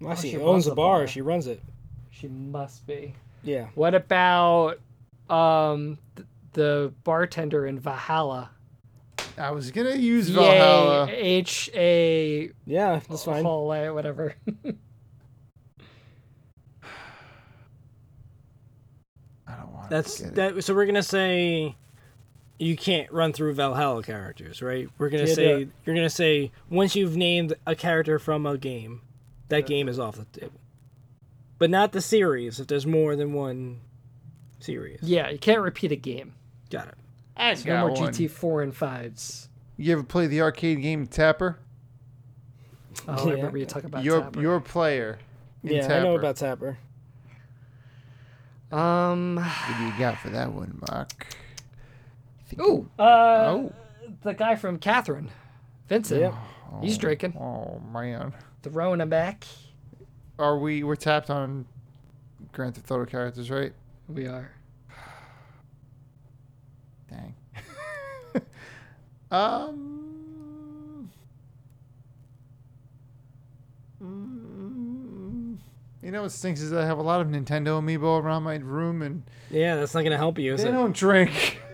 S2: Moxie
S1: she runs
S2: owns the
S1: the
S2: bar.
S1: bar.
S2: She runs it.
S1: She must be.
S2: Yeah.
S1: What about um th- the bartender in Valhalla?
S3: I was gonna use
S1: Yay,
S3: Valhalla.
S1: H A
S2: Yeah. That's fine.
S1: Hallway, whatever. (laughs)
S3: I don't want.
S2: That's
S3: to get it.
S2: that. So we're gonna say you can't run through Valhalla characters, right? We're gonna
S1: Yeah,
S2: say
S1: yeah.
S2: you're gonna say once you've named a character from a game, that game is off the table. But not the series. If there's more than one series,
S1: yeah, you can't repeat a game.
S2: got it.
S3: I
S1: So no more
S3: got one.
S1: GT four and fives.
S3: You ever play the arcade game Tapper?
S1: Oh, I
S2: Yeah.
S1: remember you talk about
S3: Your
S1: Tapper.
S3: your player. In
S2: Yeah,
S3: Tapper.
S2: I know about Tapper.
S1: Um.
S3: What do you got for that one, Mark? Think-
S1: Ooh. Uh,
S3: Oh.
S1: the guy from Catherine, Vincent.
S2: Yep.
S1: He's drinking,
S3: Oh man,
S1: throwing him back.
S3: are we? We're tapped on Grand Theft Auto characters, right?
S1: We are.
S3: Dang. (laughs) um. mm, You know what stinks is I have a lot of Nintendo amiibo around my room and
S2: Yeah, that's not gonna help you, is
S3: they
S2: it?
S3: don't drink. (laughs)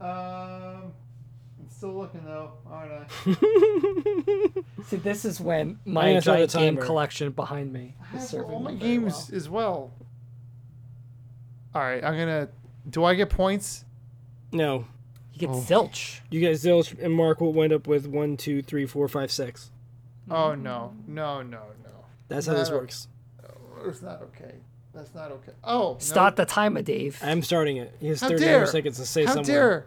S3: um, I'm still looking though, aren't (laughs) I?
S2: (laughs)
S1: See, this is when
S2: I'm
S1: my
S2: gonna throw the
S1: giant game
S2: timer.
S1: collection behind me
S3: I
S1: is
S3: have
S1: serving
S3: all my
S1: me very
S3: games
S1: well.
S3: as well. All right, I'm gonna. Do I get points?
S2: No,
S1: You get
S3: Oh.
S1: zilch.
S2: you guys, Zilch and Mark will wind up with one, two, three, four, five, six.
S3: Oh no, no, no, no.
S2: That's how this
S3: No.
S2: works.
S3: It's Oh, not okay. That's not okay. Oh, no.
S1: Start the timer, Dave.
S2: I'm starting it. He has
S3: How
S2: 30
S3: dare!
S2: seconds to say
S3: How
S2: somewhere.
S3: dare?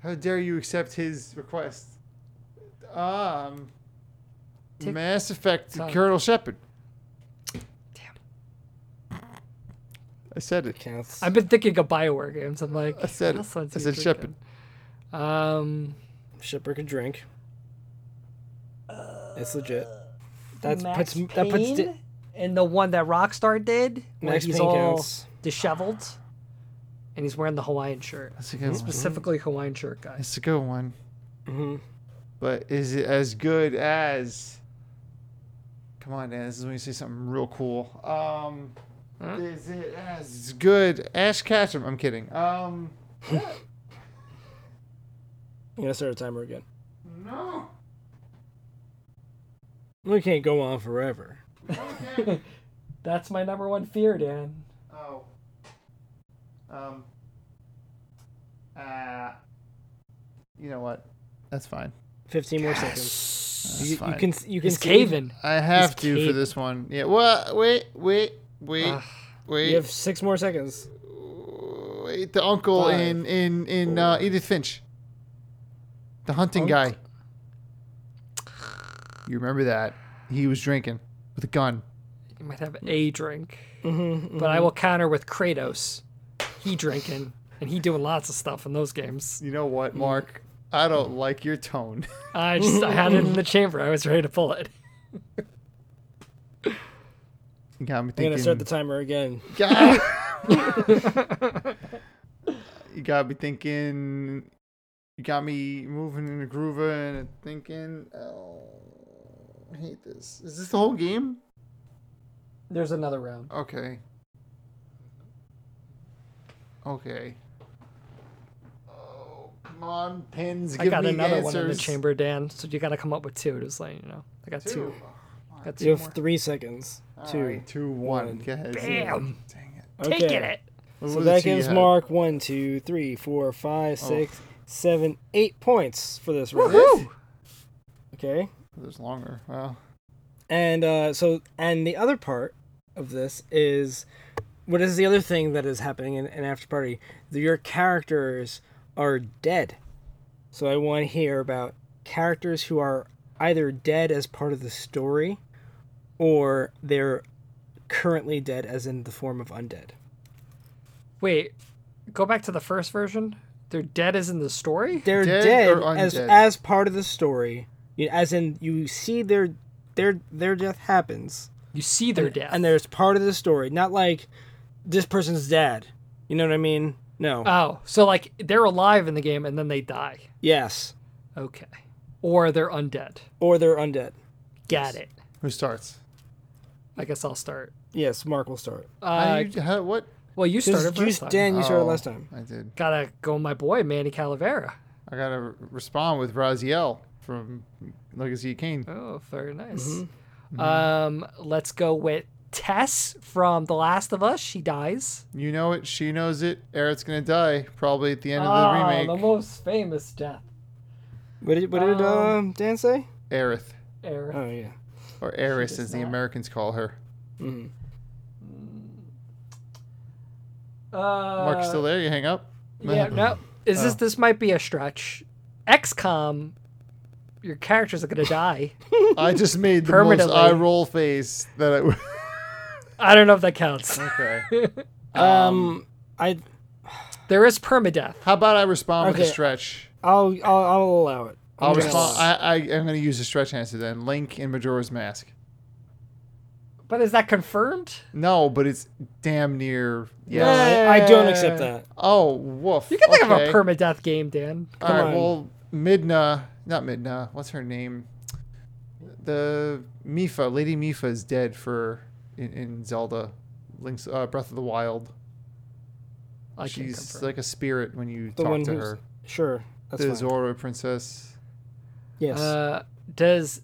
S3: How dare you accept his request? Um,
S1: Tick
S3: Mass Effect
S1: tock.
S3: Colonel Shepard.
S1: Damn.
S3: I said it.
S2: Counts.
S1: I've been thinking of Bioware games. I'm like,
S3: I said it.
S1: "That's what
S3: I said
S1: he's
S3: Shepard.
S1: drinking." Um,
S2: Shipper could drink. It's legit. That's
S1: Uh, Max
S2: puts that puts
S1: Payne
S2: di-
S1: and the one that Rockstar did, where
S2: Max
S1: he's
S2: Payne
S1: all
S2: counts.
S1: disheveled, and he's wearing the Hawaiian shirt,
S3: That's a good one.
S1: specifically Hawaiian shirt guy.
S3: That's a good one.
S2: Mhm.
S3: But is it as good as? Come on, Dan. This is when you say something real cool. Um,
S1: Huh?
S3: is it as good? Ash Ketchum. I'm kidding. Um,
S2: I'm gonna start a timer again.
S3: no.
S2: We can't go on forever.
S3: Okay.
S1: (laughs) That's my number one fear, Dan.
S3: oh. Um. Uh. You know what? That's fine.
S2: Fifteen more seconds. You, you
S3: fine.
S2: can s- you can
S1: He's
S2: see-
S1: caving.
S3: I have to for
S1: caving.
S3: this one. Yeah. Well, wait, wait, wait, wait.
S2: You have six more seconds.
S3: wait. The uncle
S2: Five.
S3: in in in uh, Edith Finch, the hunting guy. You remember that he was drinking with a gun.
S1: You might have a drink,
S2: Mm-hmm.
S1: but
S3: Mm-hmm.
S1: I will counter with Kratos. He drinking and he doing lots of stuff in those games.
S3: You know what, Mark? I don't like your tone. (laughs)
S1: I just I had it in the chamber. I was ready to pull it.
S3: You got me
S2: I'm
S3: thinking.
S2: gonna start the timer again.
S3: God. (laughs) you got me thinking. You got me moving in a groover and thinking. Oh, I hate this. Is this the whole game?
S1: There's another round.
S3: Okay. Okay. Oh, come on, pins.
S1: I
S3: give
S1: got
S3: me
S1: another
S3: answers.
S1: one in the chamber, Dan. So you got to come up with two. Just like you know, I got two.
S3: Two.
S1: Got
S2: You
S1: two more.
S2: have three seconds. Two.
S3: Alright, two, one.
S2: one.
S3: Go ahead.
S1: Bam.
S3: Dang it.
S2: Okay.
S1: Taking it.
S3: What
S2: So
S3: were the
S2: that
S3: two you
S2: gives
S3: had?
S2: Mark one, two, three, four, five, six, seven, eight points for this round.
S3: Woo!
S2: Okay.
S3: There's longer. Wow.
S2: And uh, so, and the other part of this is what is the other thing that is happening in, in After Party? Your characters are dead. So I want to hear about characters who are either dead as part of the story or they're currently dead as in the form of undead.
S1: Wait, go back to the first version. They're dead as in the story.
S2: They're
S3: Dead
S2: dead,
S3: or
S2: as
S3: undead?
S2: as part of the story. You- As in you see their their their death happens.
S1: You see their death.
S2: and there's part of the story, not like this person's dead. You know what I mean? No.
S1: oh, so like they're alive in the game and then they die.
S2: yes.
S1: Okay. Or they're undead.
S2: Or they're undead.
S1: Got it.
S3: Who starts?
S1: I guess I'll start.
S2: Yes, Mark will start.
S1: Uh,
S3: How you- how- what?
S1: well, you
S2: Just-
S1: started
S2: you,
S1: first time.
S2: Dan, you started
S3: Oh,
S2: last time.
S3: I did.
S1: Gotta go, with my boy Manny Calavera.
S3: I gotta re- respond with Raziel from Legacy of Kane.
S1: Oh, very nice.
S3: Mm-hmm.
S1: Um, let's go with Tess from The Last of Us. She dies.
S3: You know it. She knows it. Eric's gonna die probably at the end of the
S1: Ah,
S3: remake.
S1: most famous death.
S2: What did, what did um, Dan say?
S3: Aerith
S1: Era.
S2: Oh yeah. Mm-hmm.
S3: or Eris, as the Americans call her.
S1: Uh,
S3: Mark's still there. You hang up.
S1: Yeah, no. Is this
S3: Oh.
S1: this might be a stretch? XCOM, your characters are gonna
S3: (laughs)
S1: die.
S3: I just made the most
S1: Permanently.
S3: eye roll face that I. w-
S1: I don't know if that counts.
S3: okay.
S2: Um, I
S1: There is permadeath.
S3: (laughs) How about I respond with
S2: Okay.
S3: a stretch?
S2: I'll I'll, I'll allow it. I'm
S3: I'll
S2: gonna
S3: respond.
S2: allow
S3: I, I I'm gonna use a stretch answer then. Link in Majora's Mask.
S1: But is that confirmed?
S3: No, but it's damn near.
S2: it.
S3: Yes.
S2: No, I don't accept that.
S3: Oh, woof.
S1: You can think
S3: Okay.
S1: of a permadeath game, Dan.
S3: All right.
S2: on.
S3: Well, Midna, not Midna. What's her name? The Mifa, Lady Mifa is dead for in, in Zelda, Link's uh, Breath of the Wild.
S1: I can
S3: She's
S1: confirm.
S3: like a spirit when you
S2: The
S3: talk
S2: one
S3: to
S2: who's
S3: her.
S2: sure. That's
S3: The
S2: fine.
S3: Zora princess.
S2: yes.
S1: Uh, does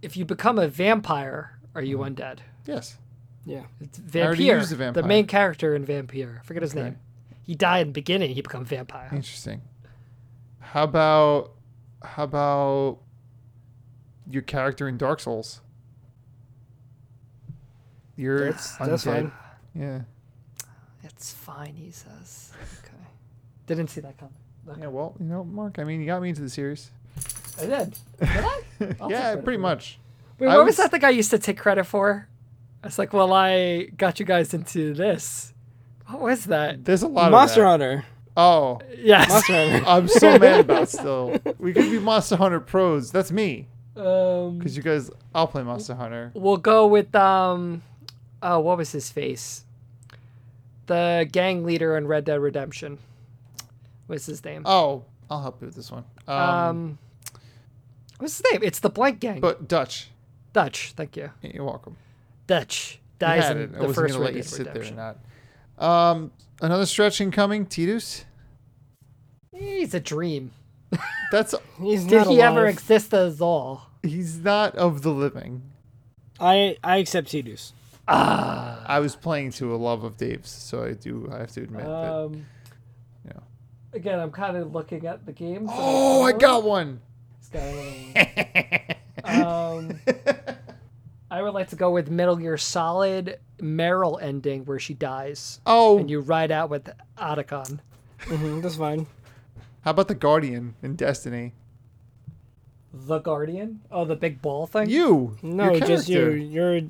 S1: if you become a vampire, are you undead?
S3: Yes.
S2: yeah.
S1: It's
S3: Mm-hmm. already
S1: vampire,
S3: used the
S1: the
S3: vampire.
S1: main character in Vampire. I forget his
S3: Okay.
S1: name. He died in the beginning. He become
S2: Oh.
S1: vampire.
S3: Interesting. How about how about your character in Dark Souls? You're
S2: That's- that's
S3: undead.
S2: fine.
S3: Yeah.
S1: It's fine, he says. Okay. Didn't see that coming. Look,
S3: Yeah. Well, you know, Mark. I mean, you got me into
S2: (laughs)
S3: the series.
S1: I
S3: (laughs)
S1: did. Did I? I'll take
S3: yeah,
S1: credit
S3: pretty
S1: for
S3: much.
S1: Wait,
S3: I
S1: what was
S3: was-
S1: that thing I used to take credit for? I was like, well, I got you guys into this. What was that?
S3: There's a lot
S2: Monster
S3: of
S2: Hunter.
S3: that. Oh,
S1: Yes.
S2: Monster
S3: (laughs)
S2: Hunter.
S3: I'm
S2: (laughs)
S3: so mad about still. We could be Monster Hunter pros. That's me.
S1: Um,
S3: (laughs) Cause you guys, I'll play Monster Hunter.
S1: we'll go with um, oh, what was his face? The gang leader in Red Dead Redemption. What's his name?
S3: Oh, I'll help you with this one. Um,
S1: um, what's his name? It's the blank gang.
S3: but Dutch,
S1: Dutch. Thank you.
S3: you're welcome.
S1: Dutch
S3: You
S1: dies
S3: had
S1: in
S3: it. I
S1: the
S3: wasn't
S1: first
S3: gonna
S1: Red
S3: let you
S1: Dead
S3: sit there
S1: Redemption.
S3: or not. Um, another stretch incoming. Titus.
S1: He's a dream.
S3: That's
S2: He's
S1: Did
S2: not
S1: he ever
S2: alive.
S1: exist at all?
S3: he's not of the living.
S2: I I accept Tidus.
S1: Ah.
S3: I was playing to a love of Dave's, so I do. I have to admit that.
S1: Um,
S3: Yeah.
S1: Again, I'm kind of looking at the game. (laughs)
S3: Oh, I got one.
S1: It's got another one. um, I would like to go with Metal Gear Solid Meryl ending where she dies
S3: Oh,
S1: and you ride out with Otacon.
S2: hmm that's fine.
S3: how about the Guardian in Destiny?
S1: The Guardian? Oh, the big ball thing?
S3: You,
S2: No,
S3: your
S2: just you.
S3: character.
S2: You're.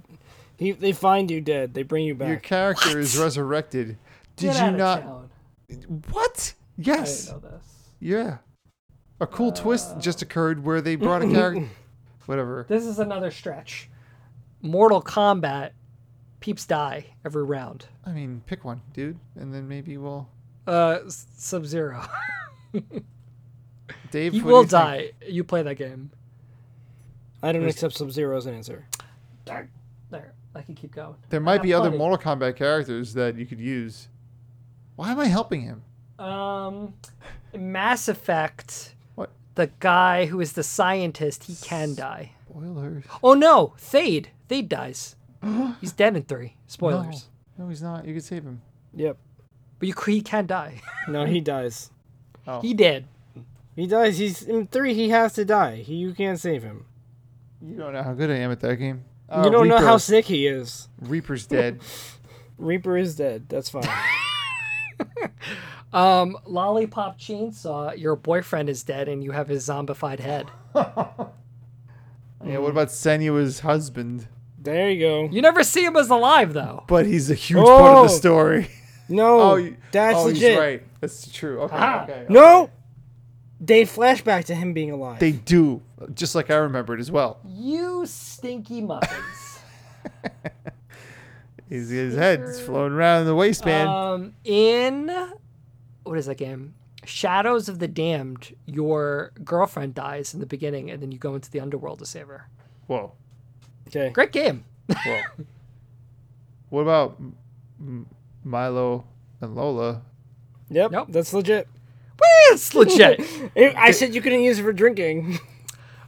S2: He, they find you dead. They bring you
S3: Your
S2: back.
S3: character is resurrected. Did
S1: Get
S3: you
S1: outta
S3: not?
S1: town.
S3: What?
S1: I
S3: Yes.
S1: didn't know Uh. this.
S3: Yeah. A cool twist just occurred where they brought a
S1: (laughs)
S3: character. Whatever.
S1: This is another stretch. Mortal Kombat, peeps die every round.
S3: I mean, pick one, dude, and then maybe we'll.
S1: Uh, Sub (laughs) Zero.
S3: Dave,
S1: You
S3: what do
S1: will
S3: think?
S1: die. You play that game.
S2: I don't accept Sub Zero's answer.
S1: Darn. There. I can keep going.
S3: There might
S1: Ah,
S3: be other
S1: funny.
S3: Mortal Kombat characters that you could use. Why am I helping him?
S1: Um, Mass Effect.
S3: What?
S1: The guy who is the scientist, he can die.
S3: Spoilers.
S1: Oh no, Thade. Thade
S3: (gasps)
S1: dies. He's dead in three. Spoilers.
S3: No, he's not. You could save him.
S2: Yep.
S1: But you, he can die. (laughs)
S2: No, he dies.
S3: Oh,
S1: he did.
S2: He dies. He's in three. He has to die. He, you can't save him.
S3: You don't know how good I am at that game. Uh,
S2: You don't know
S3: Reaper-
S2: how sick he is.
S3: Reaper's dead.
S2: (laughs) Reaper is dead. That's (laughs) fine.
S1: Um, Lollipop Chainsaw, your boyfriend is dead and you have his zombified head.
S3: yeah. What about Senua's husband?
S2: there you go.
S1: You never see him as alive though.
S3: But he's a huge part of the
S2: Oh! (laughs)
S3: story.
S2: No,
S3: you-
S2: that's
S3: oh,
S2: legit.
S3: He's right. That's true. Okay.
S1: Ah.
S3: okay.
S2: No, they flashback to him being alive.
S3: They do, just like I remembered as well.
S1: You stinky (laughs) muffins.
S3: His, his head's floating around in the waistband.
S2: Uh,
S1: Um, in what is that game? Shadows of the Damned. Your girlfriend dies in the beginning, and then you go into the underworld to save her.
S3: whoa,
S2: okay.
S1: Great game.
S3: whoa. what about M- M- Milo and Lola?
S2: Yep.
S1: Nope.
S2: That's legit.
S1: It's legit.
S2: It- I said you couldn't use it for (laughs) drinking.
S1: (laughs)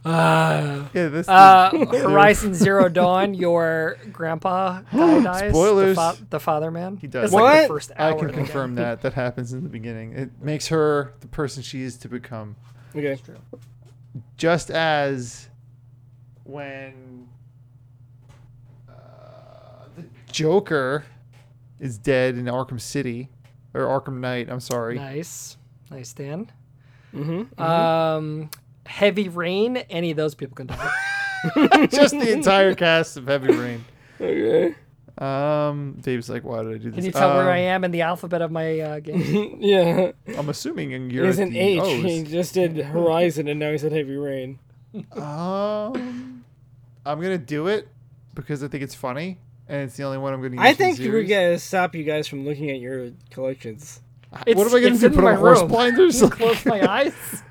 S1: Uh,
S3: Yeah, this. (laughs)
S1: uh, Horizon Zero Dawn. Your
S3: (gasps)
S1: grandpa guy dies.
S3: Spoilers.
S1: The, fa- the father man.
S3: He
S1: It's
S3: does.
S1: like the
S2: What?
S1: first hour
S3: I
S1: of
S3: can
S1: the game. (laughs)
S3: confirm that that happens in the beginning. It makes her the person she is to become.
S2: Okay.
S3: Just as when uh, the Joker is dead in Arkham City or Arkham Knight. I'm sorry.
S1: Nice, nice, Dan.
S2: Mm-hmm.
S1: Um, Heavy Rain. Any of those people can
S2: (laughs)
S1: die.
S3: (laughs) just
S1: (laughs)
S3: the entire cast of Heavy Rain.
S2: Okay. (laughs)
S3: Um, Dave's like, why did I do this?
S1: Can you tell where I
S3: Um,
S1: am in the alphabet of my
S3: (laughs)
S1: uh, game?
S2: yeah.
S3: I'm assuming in Oh,
S2: It
S3: you're
S2: was
S3: at
S2: an
S3: the
S2: H. He
S3: O's.
S2: just did Horizon, and now he said Heavy Rain.
S3: Um, I'm gonna do it because I think it's funny, and it's the only one I'm gonna use.
S2: I
S3: for the
S2: think we're
S3: series.
S2: gonna stop you guys from looking at your collections.
S1: It's-
S3: Uh, what am I gonna
S1: it's
S3: do?
S1: in
S3: Put
S1: my
S3: on horse
S1: room.
S3: blinders?
S1: Close
S3: (laughs)
S1: my eyes.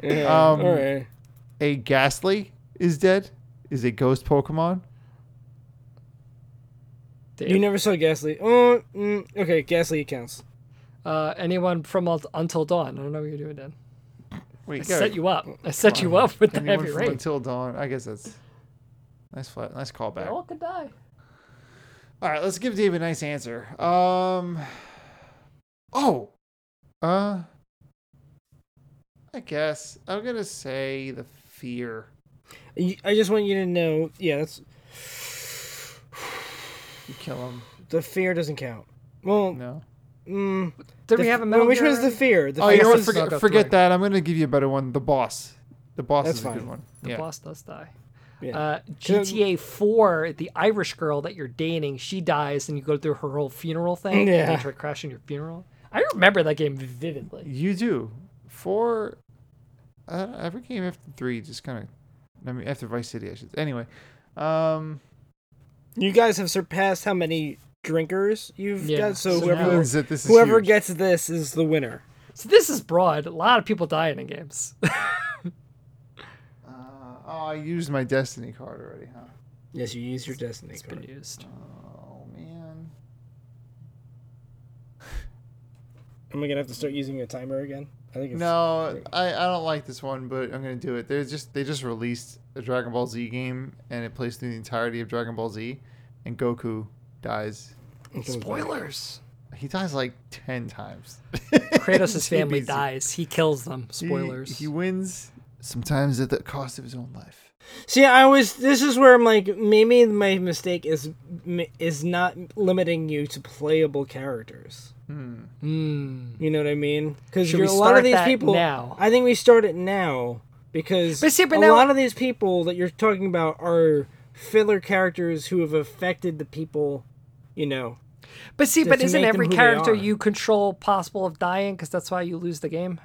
S2: Yeah.
S3: Um,
S2: All right.
S3: a ghastly is dead. Is a ghost Pokemon.
S1: Dave.
S2: You never saw Ghastly. Oh, mm, okay. Ghastly counts.
S1: Uh, anyone from Unt- Until Dawn? I don't know what you're doing, Dan. I
S3: Wait, go.
S1: set you up. I set you up with the
S3: Anyone
S1: heavy
S3: from
S1: rain.
S3: Until dawn. I guess that's nice. Flat, nice
S1: They
S3: callback.
S1: all could die.
S3: All right, let's give Dave a nice answer. Um. Oh. Uh. I guess I'm gonna say the fear.
S2: You- I just want you to know. Yeah, that's
S3: You kill him.
S2: the fear doesn't count. Well,
S3: No.
S2: mm,
S1: Did
S2: the
S1: we
S2: f-
S1: have a
S2: well,
S1: Metal
S2: Which
S1: Gear
S2: one's the fear? The
S3: Oh,
S2: fear
S3: you know what?
S2: is-
S1: I'll go
S3: Forget, forget
S1: through.
S3: that. I'm gonna give you a better one. The boss. The boss
S2: That's
S3: is a
S2: fine.
S3: good one.
S1: The
S3: yeah.
S1: boss does die.
S2: Yeah.
S1: Uh, GTA 4, the Irish girl that you're dating, she dies, and you go through her whole funeral thing.
S2: Yeah.
S1: And try crashing your funeral. I remember that game vividly.
S3: You do. Four. Uh, every game after three just kind of. I mean, after Vice City, I should. Anyway. Um.
S2: You guys have surpassed how many drinkers you've
S1: Yeah.
S2: got. So
S1: So
S2: whoever
S1: now-
S3: means that this is
S2: whoever
S3: huge.
S2: gets this is the winner.
S1: So this is broad. A lot of people die in games. (laughs)
S3: Uh, oh, I used my Destiny card already, huh?
S2: Yes, you use your destiny
S1: it's been
S2: card.
S1: used.
S3: Oh man.
S2: Am I gonna have to start using a timer again? I think it's
S3: No, I, I don't like this one, but I'm gonna do it. They just they just released a Dragon Ball Z game, and it plays through the entirety of Dragon Ball Z, and Goku dies.
S1: Spoilers.
S3: He dies like ten times.
S1: (laughs)
S2: (laughs)
S3: (laughs)
S1: Kratos' family
S3: He-
S1: dies. He kills them. Spoilers.
S3: He, wins sometimes at the cost of his own life.
S2: See, I was. This is where I'm like, maybe my mistake is is not limiting you to playable characters. Hmm. You know what I mean? Because
S1: Hmm. Should
S2: you're
S1: we
S2: a lot
S1: start
S2: of these
S1: that
S2: people.
S1: now?
S2: I think we start it now because
S1: But see, but
S2: a
S1: now-
S2: lot of these people that you're talking about are filler characters who have affected the people. You know,
S1: But see, but
S2: to
S1: isn't
S2: make them
S1: every
S2: who they
S1: character
S2: are.
S1: you control possible of dying? Because that's why you lose the game.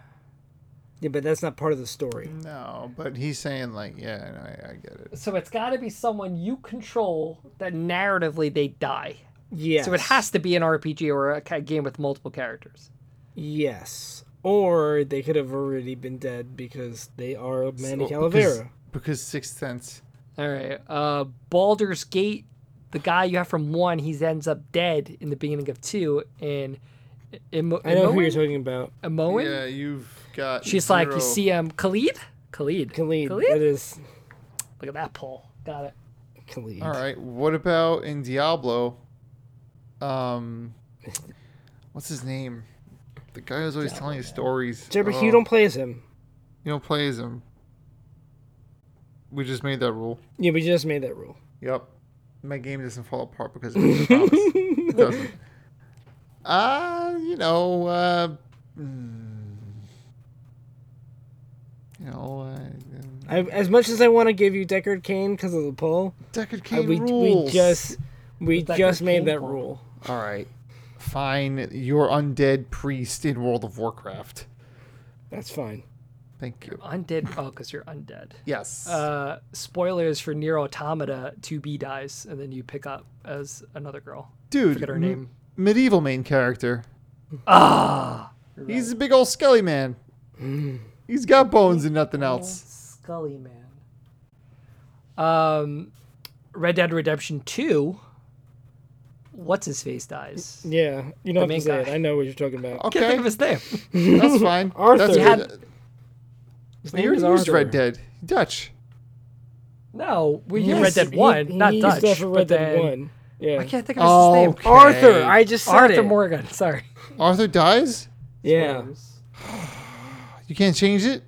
S2: yeah, but that's not part of the story.
S1: Mm.
S3: No, but he's saying like, yeah, no, I, I get it.
S1: So it's got to be someone you control that narratively they die.
S2: Yeah.
S1: So it has to be an RPG or a ca- game with multiple characters.
S2: Yes. Or they could have already been dead because they are Manny
S3: So-
S2: Calavera.
S3: Because, because Sixth Sense.
S1: All right. Uh, Baldur's Gate, the guy you have from one, he ends up dead in the beginning of two, and Imo-
S2: I know who
S1: Imoen?
S2: you're talking about.
S1: Imoen?
S3: Yeah, you've got.
S1: She's like, you
S3: zero-
S1: see um, Khalid? Khalid.
S2: Khalid. That
S1: Khalid?
S2: is
S1: Look at that poll. Got it.
S2: Khalid.
S3: All right. What about in Diablo? Um, what's his name? The guy who's always telling you stories.
S2: Deborah,
S3: Oh,
S2: you don't play as him.
S3: You don't play as him. We just made that rule.
S2: Yeah, we just made that rule.
S3: Yep. My game doesn't fall apart because of it.
S1: (laughs)
S3: I promise. it doesn't. Uh, you know, uh, mm, you know, uh, um,
S2: I, as much as I want to give you Deckard Kane because of the poll,
S3: Deckard
S1: Uh,
S2: I-
S3: Cain
S2: we,
S3: rules.
S2: we just we
S1: Deckard
S2: just
S1: Cain
S2: made that
S1: poll.
S2: rule.
S3: All right. Fine. You're undead priest in World of Warcraft.
S2: That's fine.
S3: Thank you.
S1: Undead. Oh, because you're undead.
S3: Yes.
S1: Uh, spoilers for Nier Automata 2B dies, and then you pick up as another girl.
S3: Dude,
S1: forget her
S3: m-
S1: name.
S3: medieval main character.
S1: Ah!
S3: He's a big old
S1: (gasps)
S3: skelly man. He's got bones and nothing else.
S1: Scully Man. Um, Red Dead Redemption 2. What's his face dies?
S2: Yeah, you don't
S1: main
S2: have to say
S1: guy. Oh,
S2: it. I know what you're talking about.
S1: Can't
S3: Okay,
S1: think of his name.
S3: that's fine.
S2: Arthur.
S3: That's
S2: He
S1: had-
S3: good.
S2: His
S3: You already used
S2: Arthur.
S3: Red Dead. Dutch.
S1: (laughs) No, we
S2: Yes,
S1: Red Dead
S2: he-
S1: 1,
S2: he
S1: not
S2: used
S1: Dutch.
S2: that for
S1: but
S2: Red Dead
S1: then- Oh,
S2: One. Yeah.
S1: I can't think of his name.
S3: Okay.
S2: Arthur, I just said
S1: Arthur
S2: it.
S1: Morgan, sorry.
S3: Arthur dies?
S2: Yeah.
S3: You can't change it?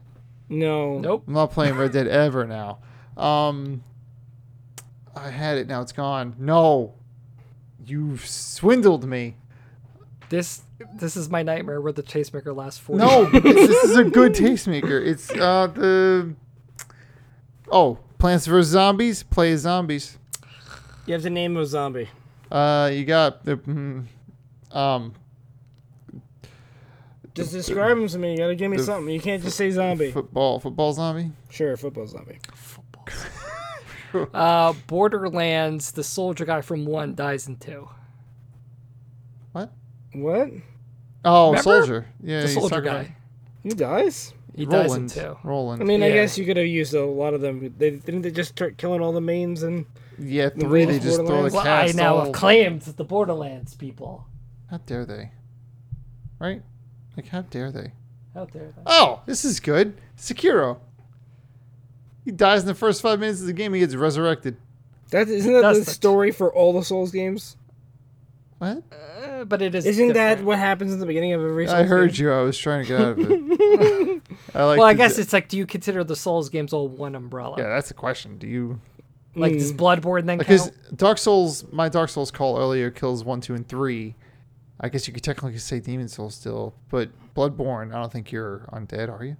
S2: No.
S1: Nope.
S3: I'm not playing Red Dead ever now. Um, I had it. Now it's gone. No, you've swindled me.
S1: This this is my nightmare where the Chasemaker lasts 40
S3: (laughs) No,
S1: (laughs)
S3: but this, this is a good tastemaker. It's uh the oh Plants vs Zombies. Play as zombies.
S2: You have to name a zombie.
S3: Uh, you got the mm, um
S2: Just describe him to me. You gotta give me
S3: the
S2: something. You can't just say zombie.
S3: football football zombie.
S2: Sure, football zombie.
S1: Uh, Borderlands, the soldier guy from one dies in two.
S3: What?
S2: What?
S3: Oh,
S1: Remember?
S3: soldier. Yeah,
S1: The
S3: he's
S1: soldier
S3: talking about-
S1: guy.
S2: He dies?
S1: He dies in
S3: Roland.
S1: two.
S3: Roland.
S2: I mean, I
S1: Yeah.
S2: guess you could have used a lot of them. They didn't they just start killing all the mains and
S3: yeah, three. They
S2: Roland's
S3: just throw the
S2: Borderlands.
S1: Well, I
S3: cast.
S1: now
S3: all-
S1: have claimed the Borderlands people.
S3: How dare they? Right? Like, how dare they?
S1: Out there.
S3: Oh, this is good. Sekiro. He dies in the first five minutes of the game. He gets resurrected.
S2: that isn't that
S1: That's
S2: the
S1: the-
S2: story for all the Souls games?
S3: What?
S1: Uh, but it is.
S2: Isn't that
S1: different.
S2: what happens in the beginning of every?
S3: I
S2: Souls
S3: heard
S2: game?
S3: you. I was trying to get out of it.
S1: (laughs)
S3: I like.
S1: Well, I
S3: to
S1: guess
S3: d-
S1: it's like, do you consider the Souls games all one umbrella?
S3: yeah, that's the question. Do you?
S1: Like, does
S2: Hmm.
S1: Bloodborne then
S3: Because
S1: count?
S3: Dark Souls, my Dark Souls call earlier kills one, two, and three. I guess you could technically say Demon Souls still, but Bloodborne. I don't think you're undead, are you?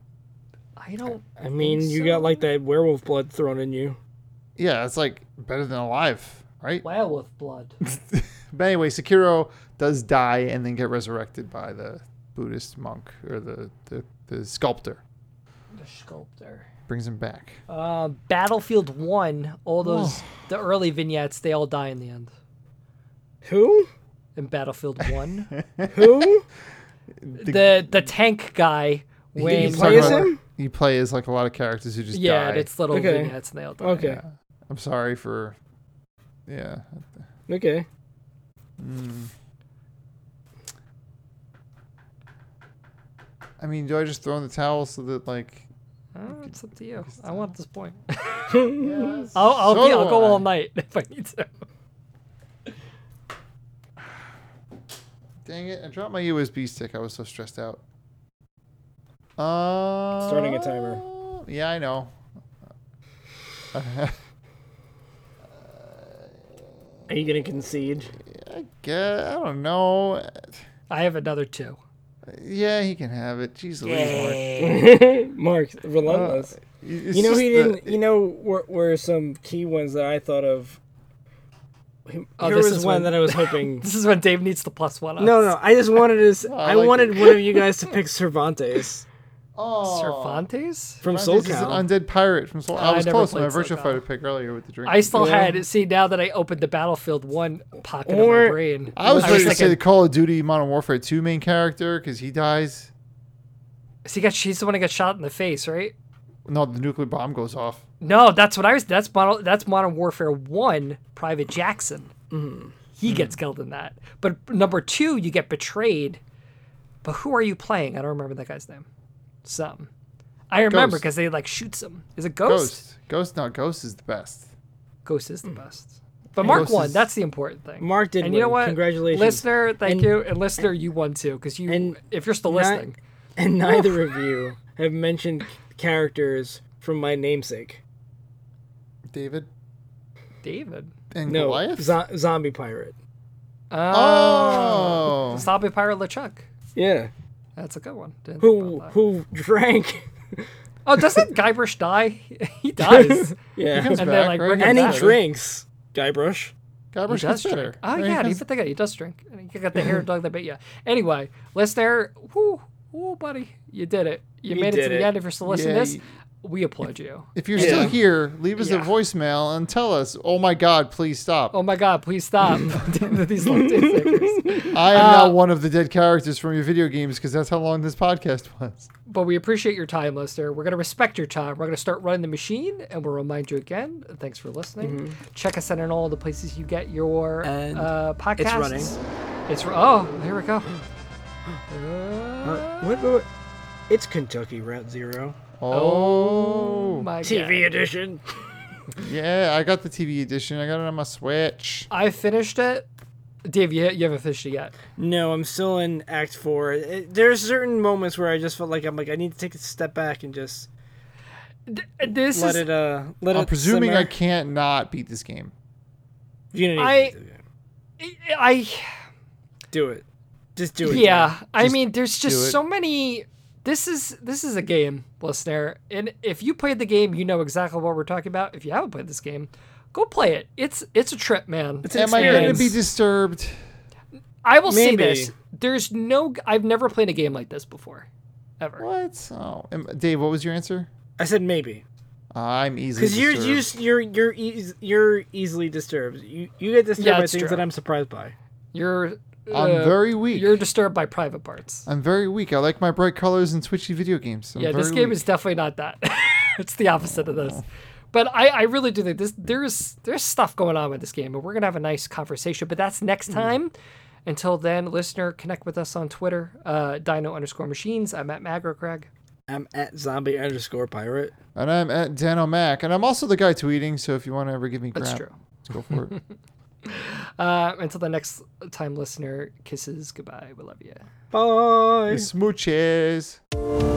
S1: I don't.
S2: I mean, you got like that werewolf blood thrown in you.
S3: Yeah, it's like better than alive, right?
S1: Wow, with blood.
S3: But anyway, Sekiro does die and then get resurrected by the Buddhist monk or the, the, the sculptor.
S1: the
S3: (laughs)
S1: sculptor.
S3: Brings him back.
S1: Uh, Battlefield One. All those the early vignettes, they all die in the end.
S2: Who?
S1: In
S3: (laughs)
S1: Battlefield One,
S2: Who?
S1: the the tank guy when
S2: you play as him?
S3: You play as like a lot of characters who just
S1: Yeah,
S3: die.
S1: it's little
S2: Okay.
S1: vignettes and they all die.
S2: Okay.
S3: I'm sorry for. Yeah.
S2: Okay.
S3: I mean, do I just throw in the towel so that like?
S1: Uh, it's up to you. I want this point. I'll I'll,
S3: So
S1: be, I'll
S3: do
S1: go all
S3: I.
S1: night (laughs) if I need to.
S3: Dang it! I dropped my USB stick. I was so stressed out. Uh,
S2: Starting a timer.
S3: Yeah, I know.
S2: Are you gonna (laughs) concede?
S3: I guess, I don't know.
S1: I have another two.
S3: Yeah, he can have it. Jeez Louise,
S2: Mark's relentless. you know he didn't. you know were, were some key ones that I thought of.
S1: Oh,
S2: Here
S1: this
S2: was
S1: is
S2: one
S1: when-
S2: that I
S1: (laughs)
S2: was hoping.
S1: This is when Dave needs the plus one.
S2: no, no, I just wanted to. s-
S3: I
S2: I,
S3: like
S2: wanted
S3: it.
S2: one of you guys to pick Cervantes
S3: oh,
S1: Cervantes.
S2: from Soul
S3: This is an
S2: Cow.
S3: undead pirate from Soul.
S1: I
S3: I was
S1: never
S3: close on
S1: played
S3: my virtual
S1: SoulCal.
S3: fighter pick earlier with the drink.
S1: I still
S2: Yeah.
S1: had see now that I opened the Battlefield One pocket of
S2: Or-
S1: my brain.
S3: I was ready to say
S1: thinking,
S3: the Call of Duty Modern Warfare 2 main character because he dies.
S1: so he got she's the one who got shot in the face, right?
S3: No, the nuclear bomb goes off.
S1: No, that's what I was. That's model. That's Modern Warfare One. Private Jackson.
S3: Mm-hmm.
S1: He gets killed in that. But number two, you get betrayed. But who are you playing? I don't remember that guy's name. Some. I remember
S3: Ghost.
S1: because they like shoots him. Is it
S3: Ghost. Ghost. No, Ghost is the best.
S1: Ghost is the best. But Mark
S3: Ghost
S1: won.
S3: is-
S1: That's the important thing.
S2: Mark did
S1: And you know
S2: win.
S1: what?
S2: Congratulations.
S1: listener. Thank
S2: And-
S1: you, and listener, you won too. Because you,
S2: and
S1: if you're still
S2: Ni-
S1: listening,
S2: (laughs) and neither of you have mentioned characters from my namesake.
S3: David
S1: David.
S3: and
S2: No,
S3: Goliath.
S2: zo- zombie pirate.
S1: Oh,
S3: oh,
S1: Zombie Pirate LeChuck.
S2: Yeah,
S1: That's a good one. Didn't think
S2: who
S1: about that.
S2: who drank?
S1: Oh, doesn't Guybrush die? (laughs) he
S2: (laughs)
S1: dies.
S2: Yeah,
S3: comes
S1: and then,
S3: back,
S1: like,
S3: right?
S1: bring him
S2: and he
S1: back.
S2: drinks. Guybrush.
S3: Guybrush
S1: he does
S3: gets
S1: drink.
S3: better.
S1: Oh
S3: There he
S1: yeah, and
S3: comes.
S1: even think he does drink. And he got the hair dog that bit you. Anyway, listener, woo, woo, buddy, you did it. You, made it to
S2: did
S1: the
S2: it.
S1: end. If you're still listening
S3: Yeah,
S1: to this,
S3: you-
S1: we applaud you.
S3: If you're still
S2: Yeah.
S3: here, leave us a
S1: Yeah.
S3: voicemail and tell us. Oh my God, please stop.
S1: Oh my God! Please stop. (laughs) These long dick suckers.
S3: I am not one of the dead characters from your video games because that's how long this podcast was.
S1: But we appreciate your time, listener. We're going to respect your time. We're going to start running the machine, and we'll remind you again. Thanks for listening. Check us out in all the places you get your
S2: Mm-hmm. And
S1: uh, podcasts.
S2: running.
S1: It's ru- oh, here we
S2: (gasps)
S1: go. Uh,
S2: Uh, wait, wait, wait. It's Kentucky Route Zero.
S3: Oh,
S1: my
S2: TV
S1: God.
S2: edition.
S3: yeah, I got the TV edition. I got it on my Switch.
S1: I finished it. Dave, you, you haven't finished it yet.
S2: No, I'm still in Act Four. It, there's certain moments where I just felt like I'm like I need to take a step back and just
S1: D- this
S2: let
S1: is
S2: it uh let it.
S3: I'm presuming
S2: simmer.
S3: I can't not beat this game.
S2: You know,
S1: I- I
S2: do it. Just do it.
S1: yeah i
S3: Just
S1: mean there's
S3: do it.
S1: just so many this is this is a game listener and if you played the game you know exactly what we're talking about if you haven't played this game go play it it's it's a trip man
S2: It's an
S3: Am I going to
S2: experience.
S3: be disturbed?
S1: i will say
S2: maybe.
S1: this there's no i've never played a game like this before ever
S3: What? Oh, am- Dave, what was your answer?
S2: I said maybe
S3: I'm easily
S2: because you're
S3: disturbed.
S2: you s- you're you're eas- you're easily disturbed. You you get disturbed
S1: Yeah,
S2: by
S1: it's
S2: things
S1: true.
S2: that I'm surprised by.
S1: you're
S3: I'm
S1: uh,
S3: very weak.
S1: you're disturbed by private parts
S3: I'm very weak. I like my bright colors and twitchy video games. I'm
S1: yeah this
S3: very
S1: game
S3: weak.
S1: is definitely not that (laughs) it's the opposite of this but I, I really do think this there's there's stuff going on with this game and we're gonna have a nice conversation but that's
S3: Hmm.
S1: next time until then listener connect with us on twitter uh dino underscore machines i'm at magro craig
S2: I'm at zombie underscore pirate.
S3: And I'm at Dano Mac, and I'm also the guy tweeting. So if you want to ever give me crap,
S1: that's true
S3: let's go for
S1: (laughs)
S3: it.
S1: uh until the next time listener kisses goodbye we love you
S2: Bye.
S3: Smooches.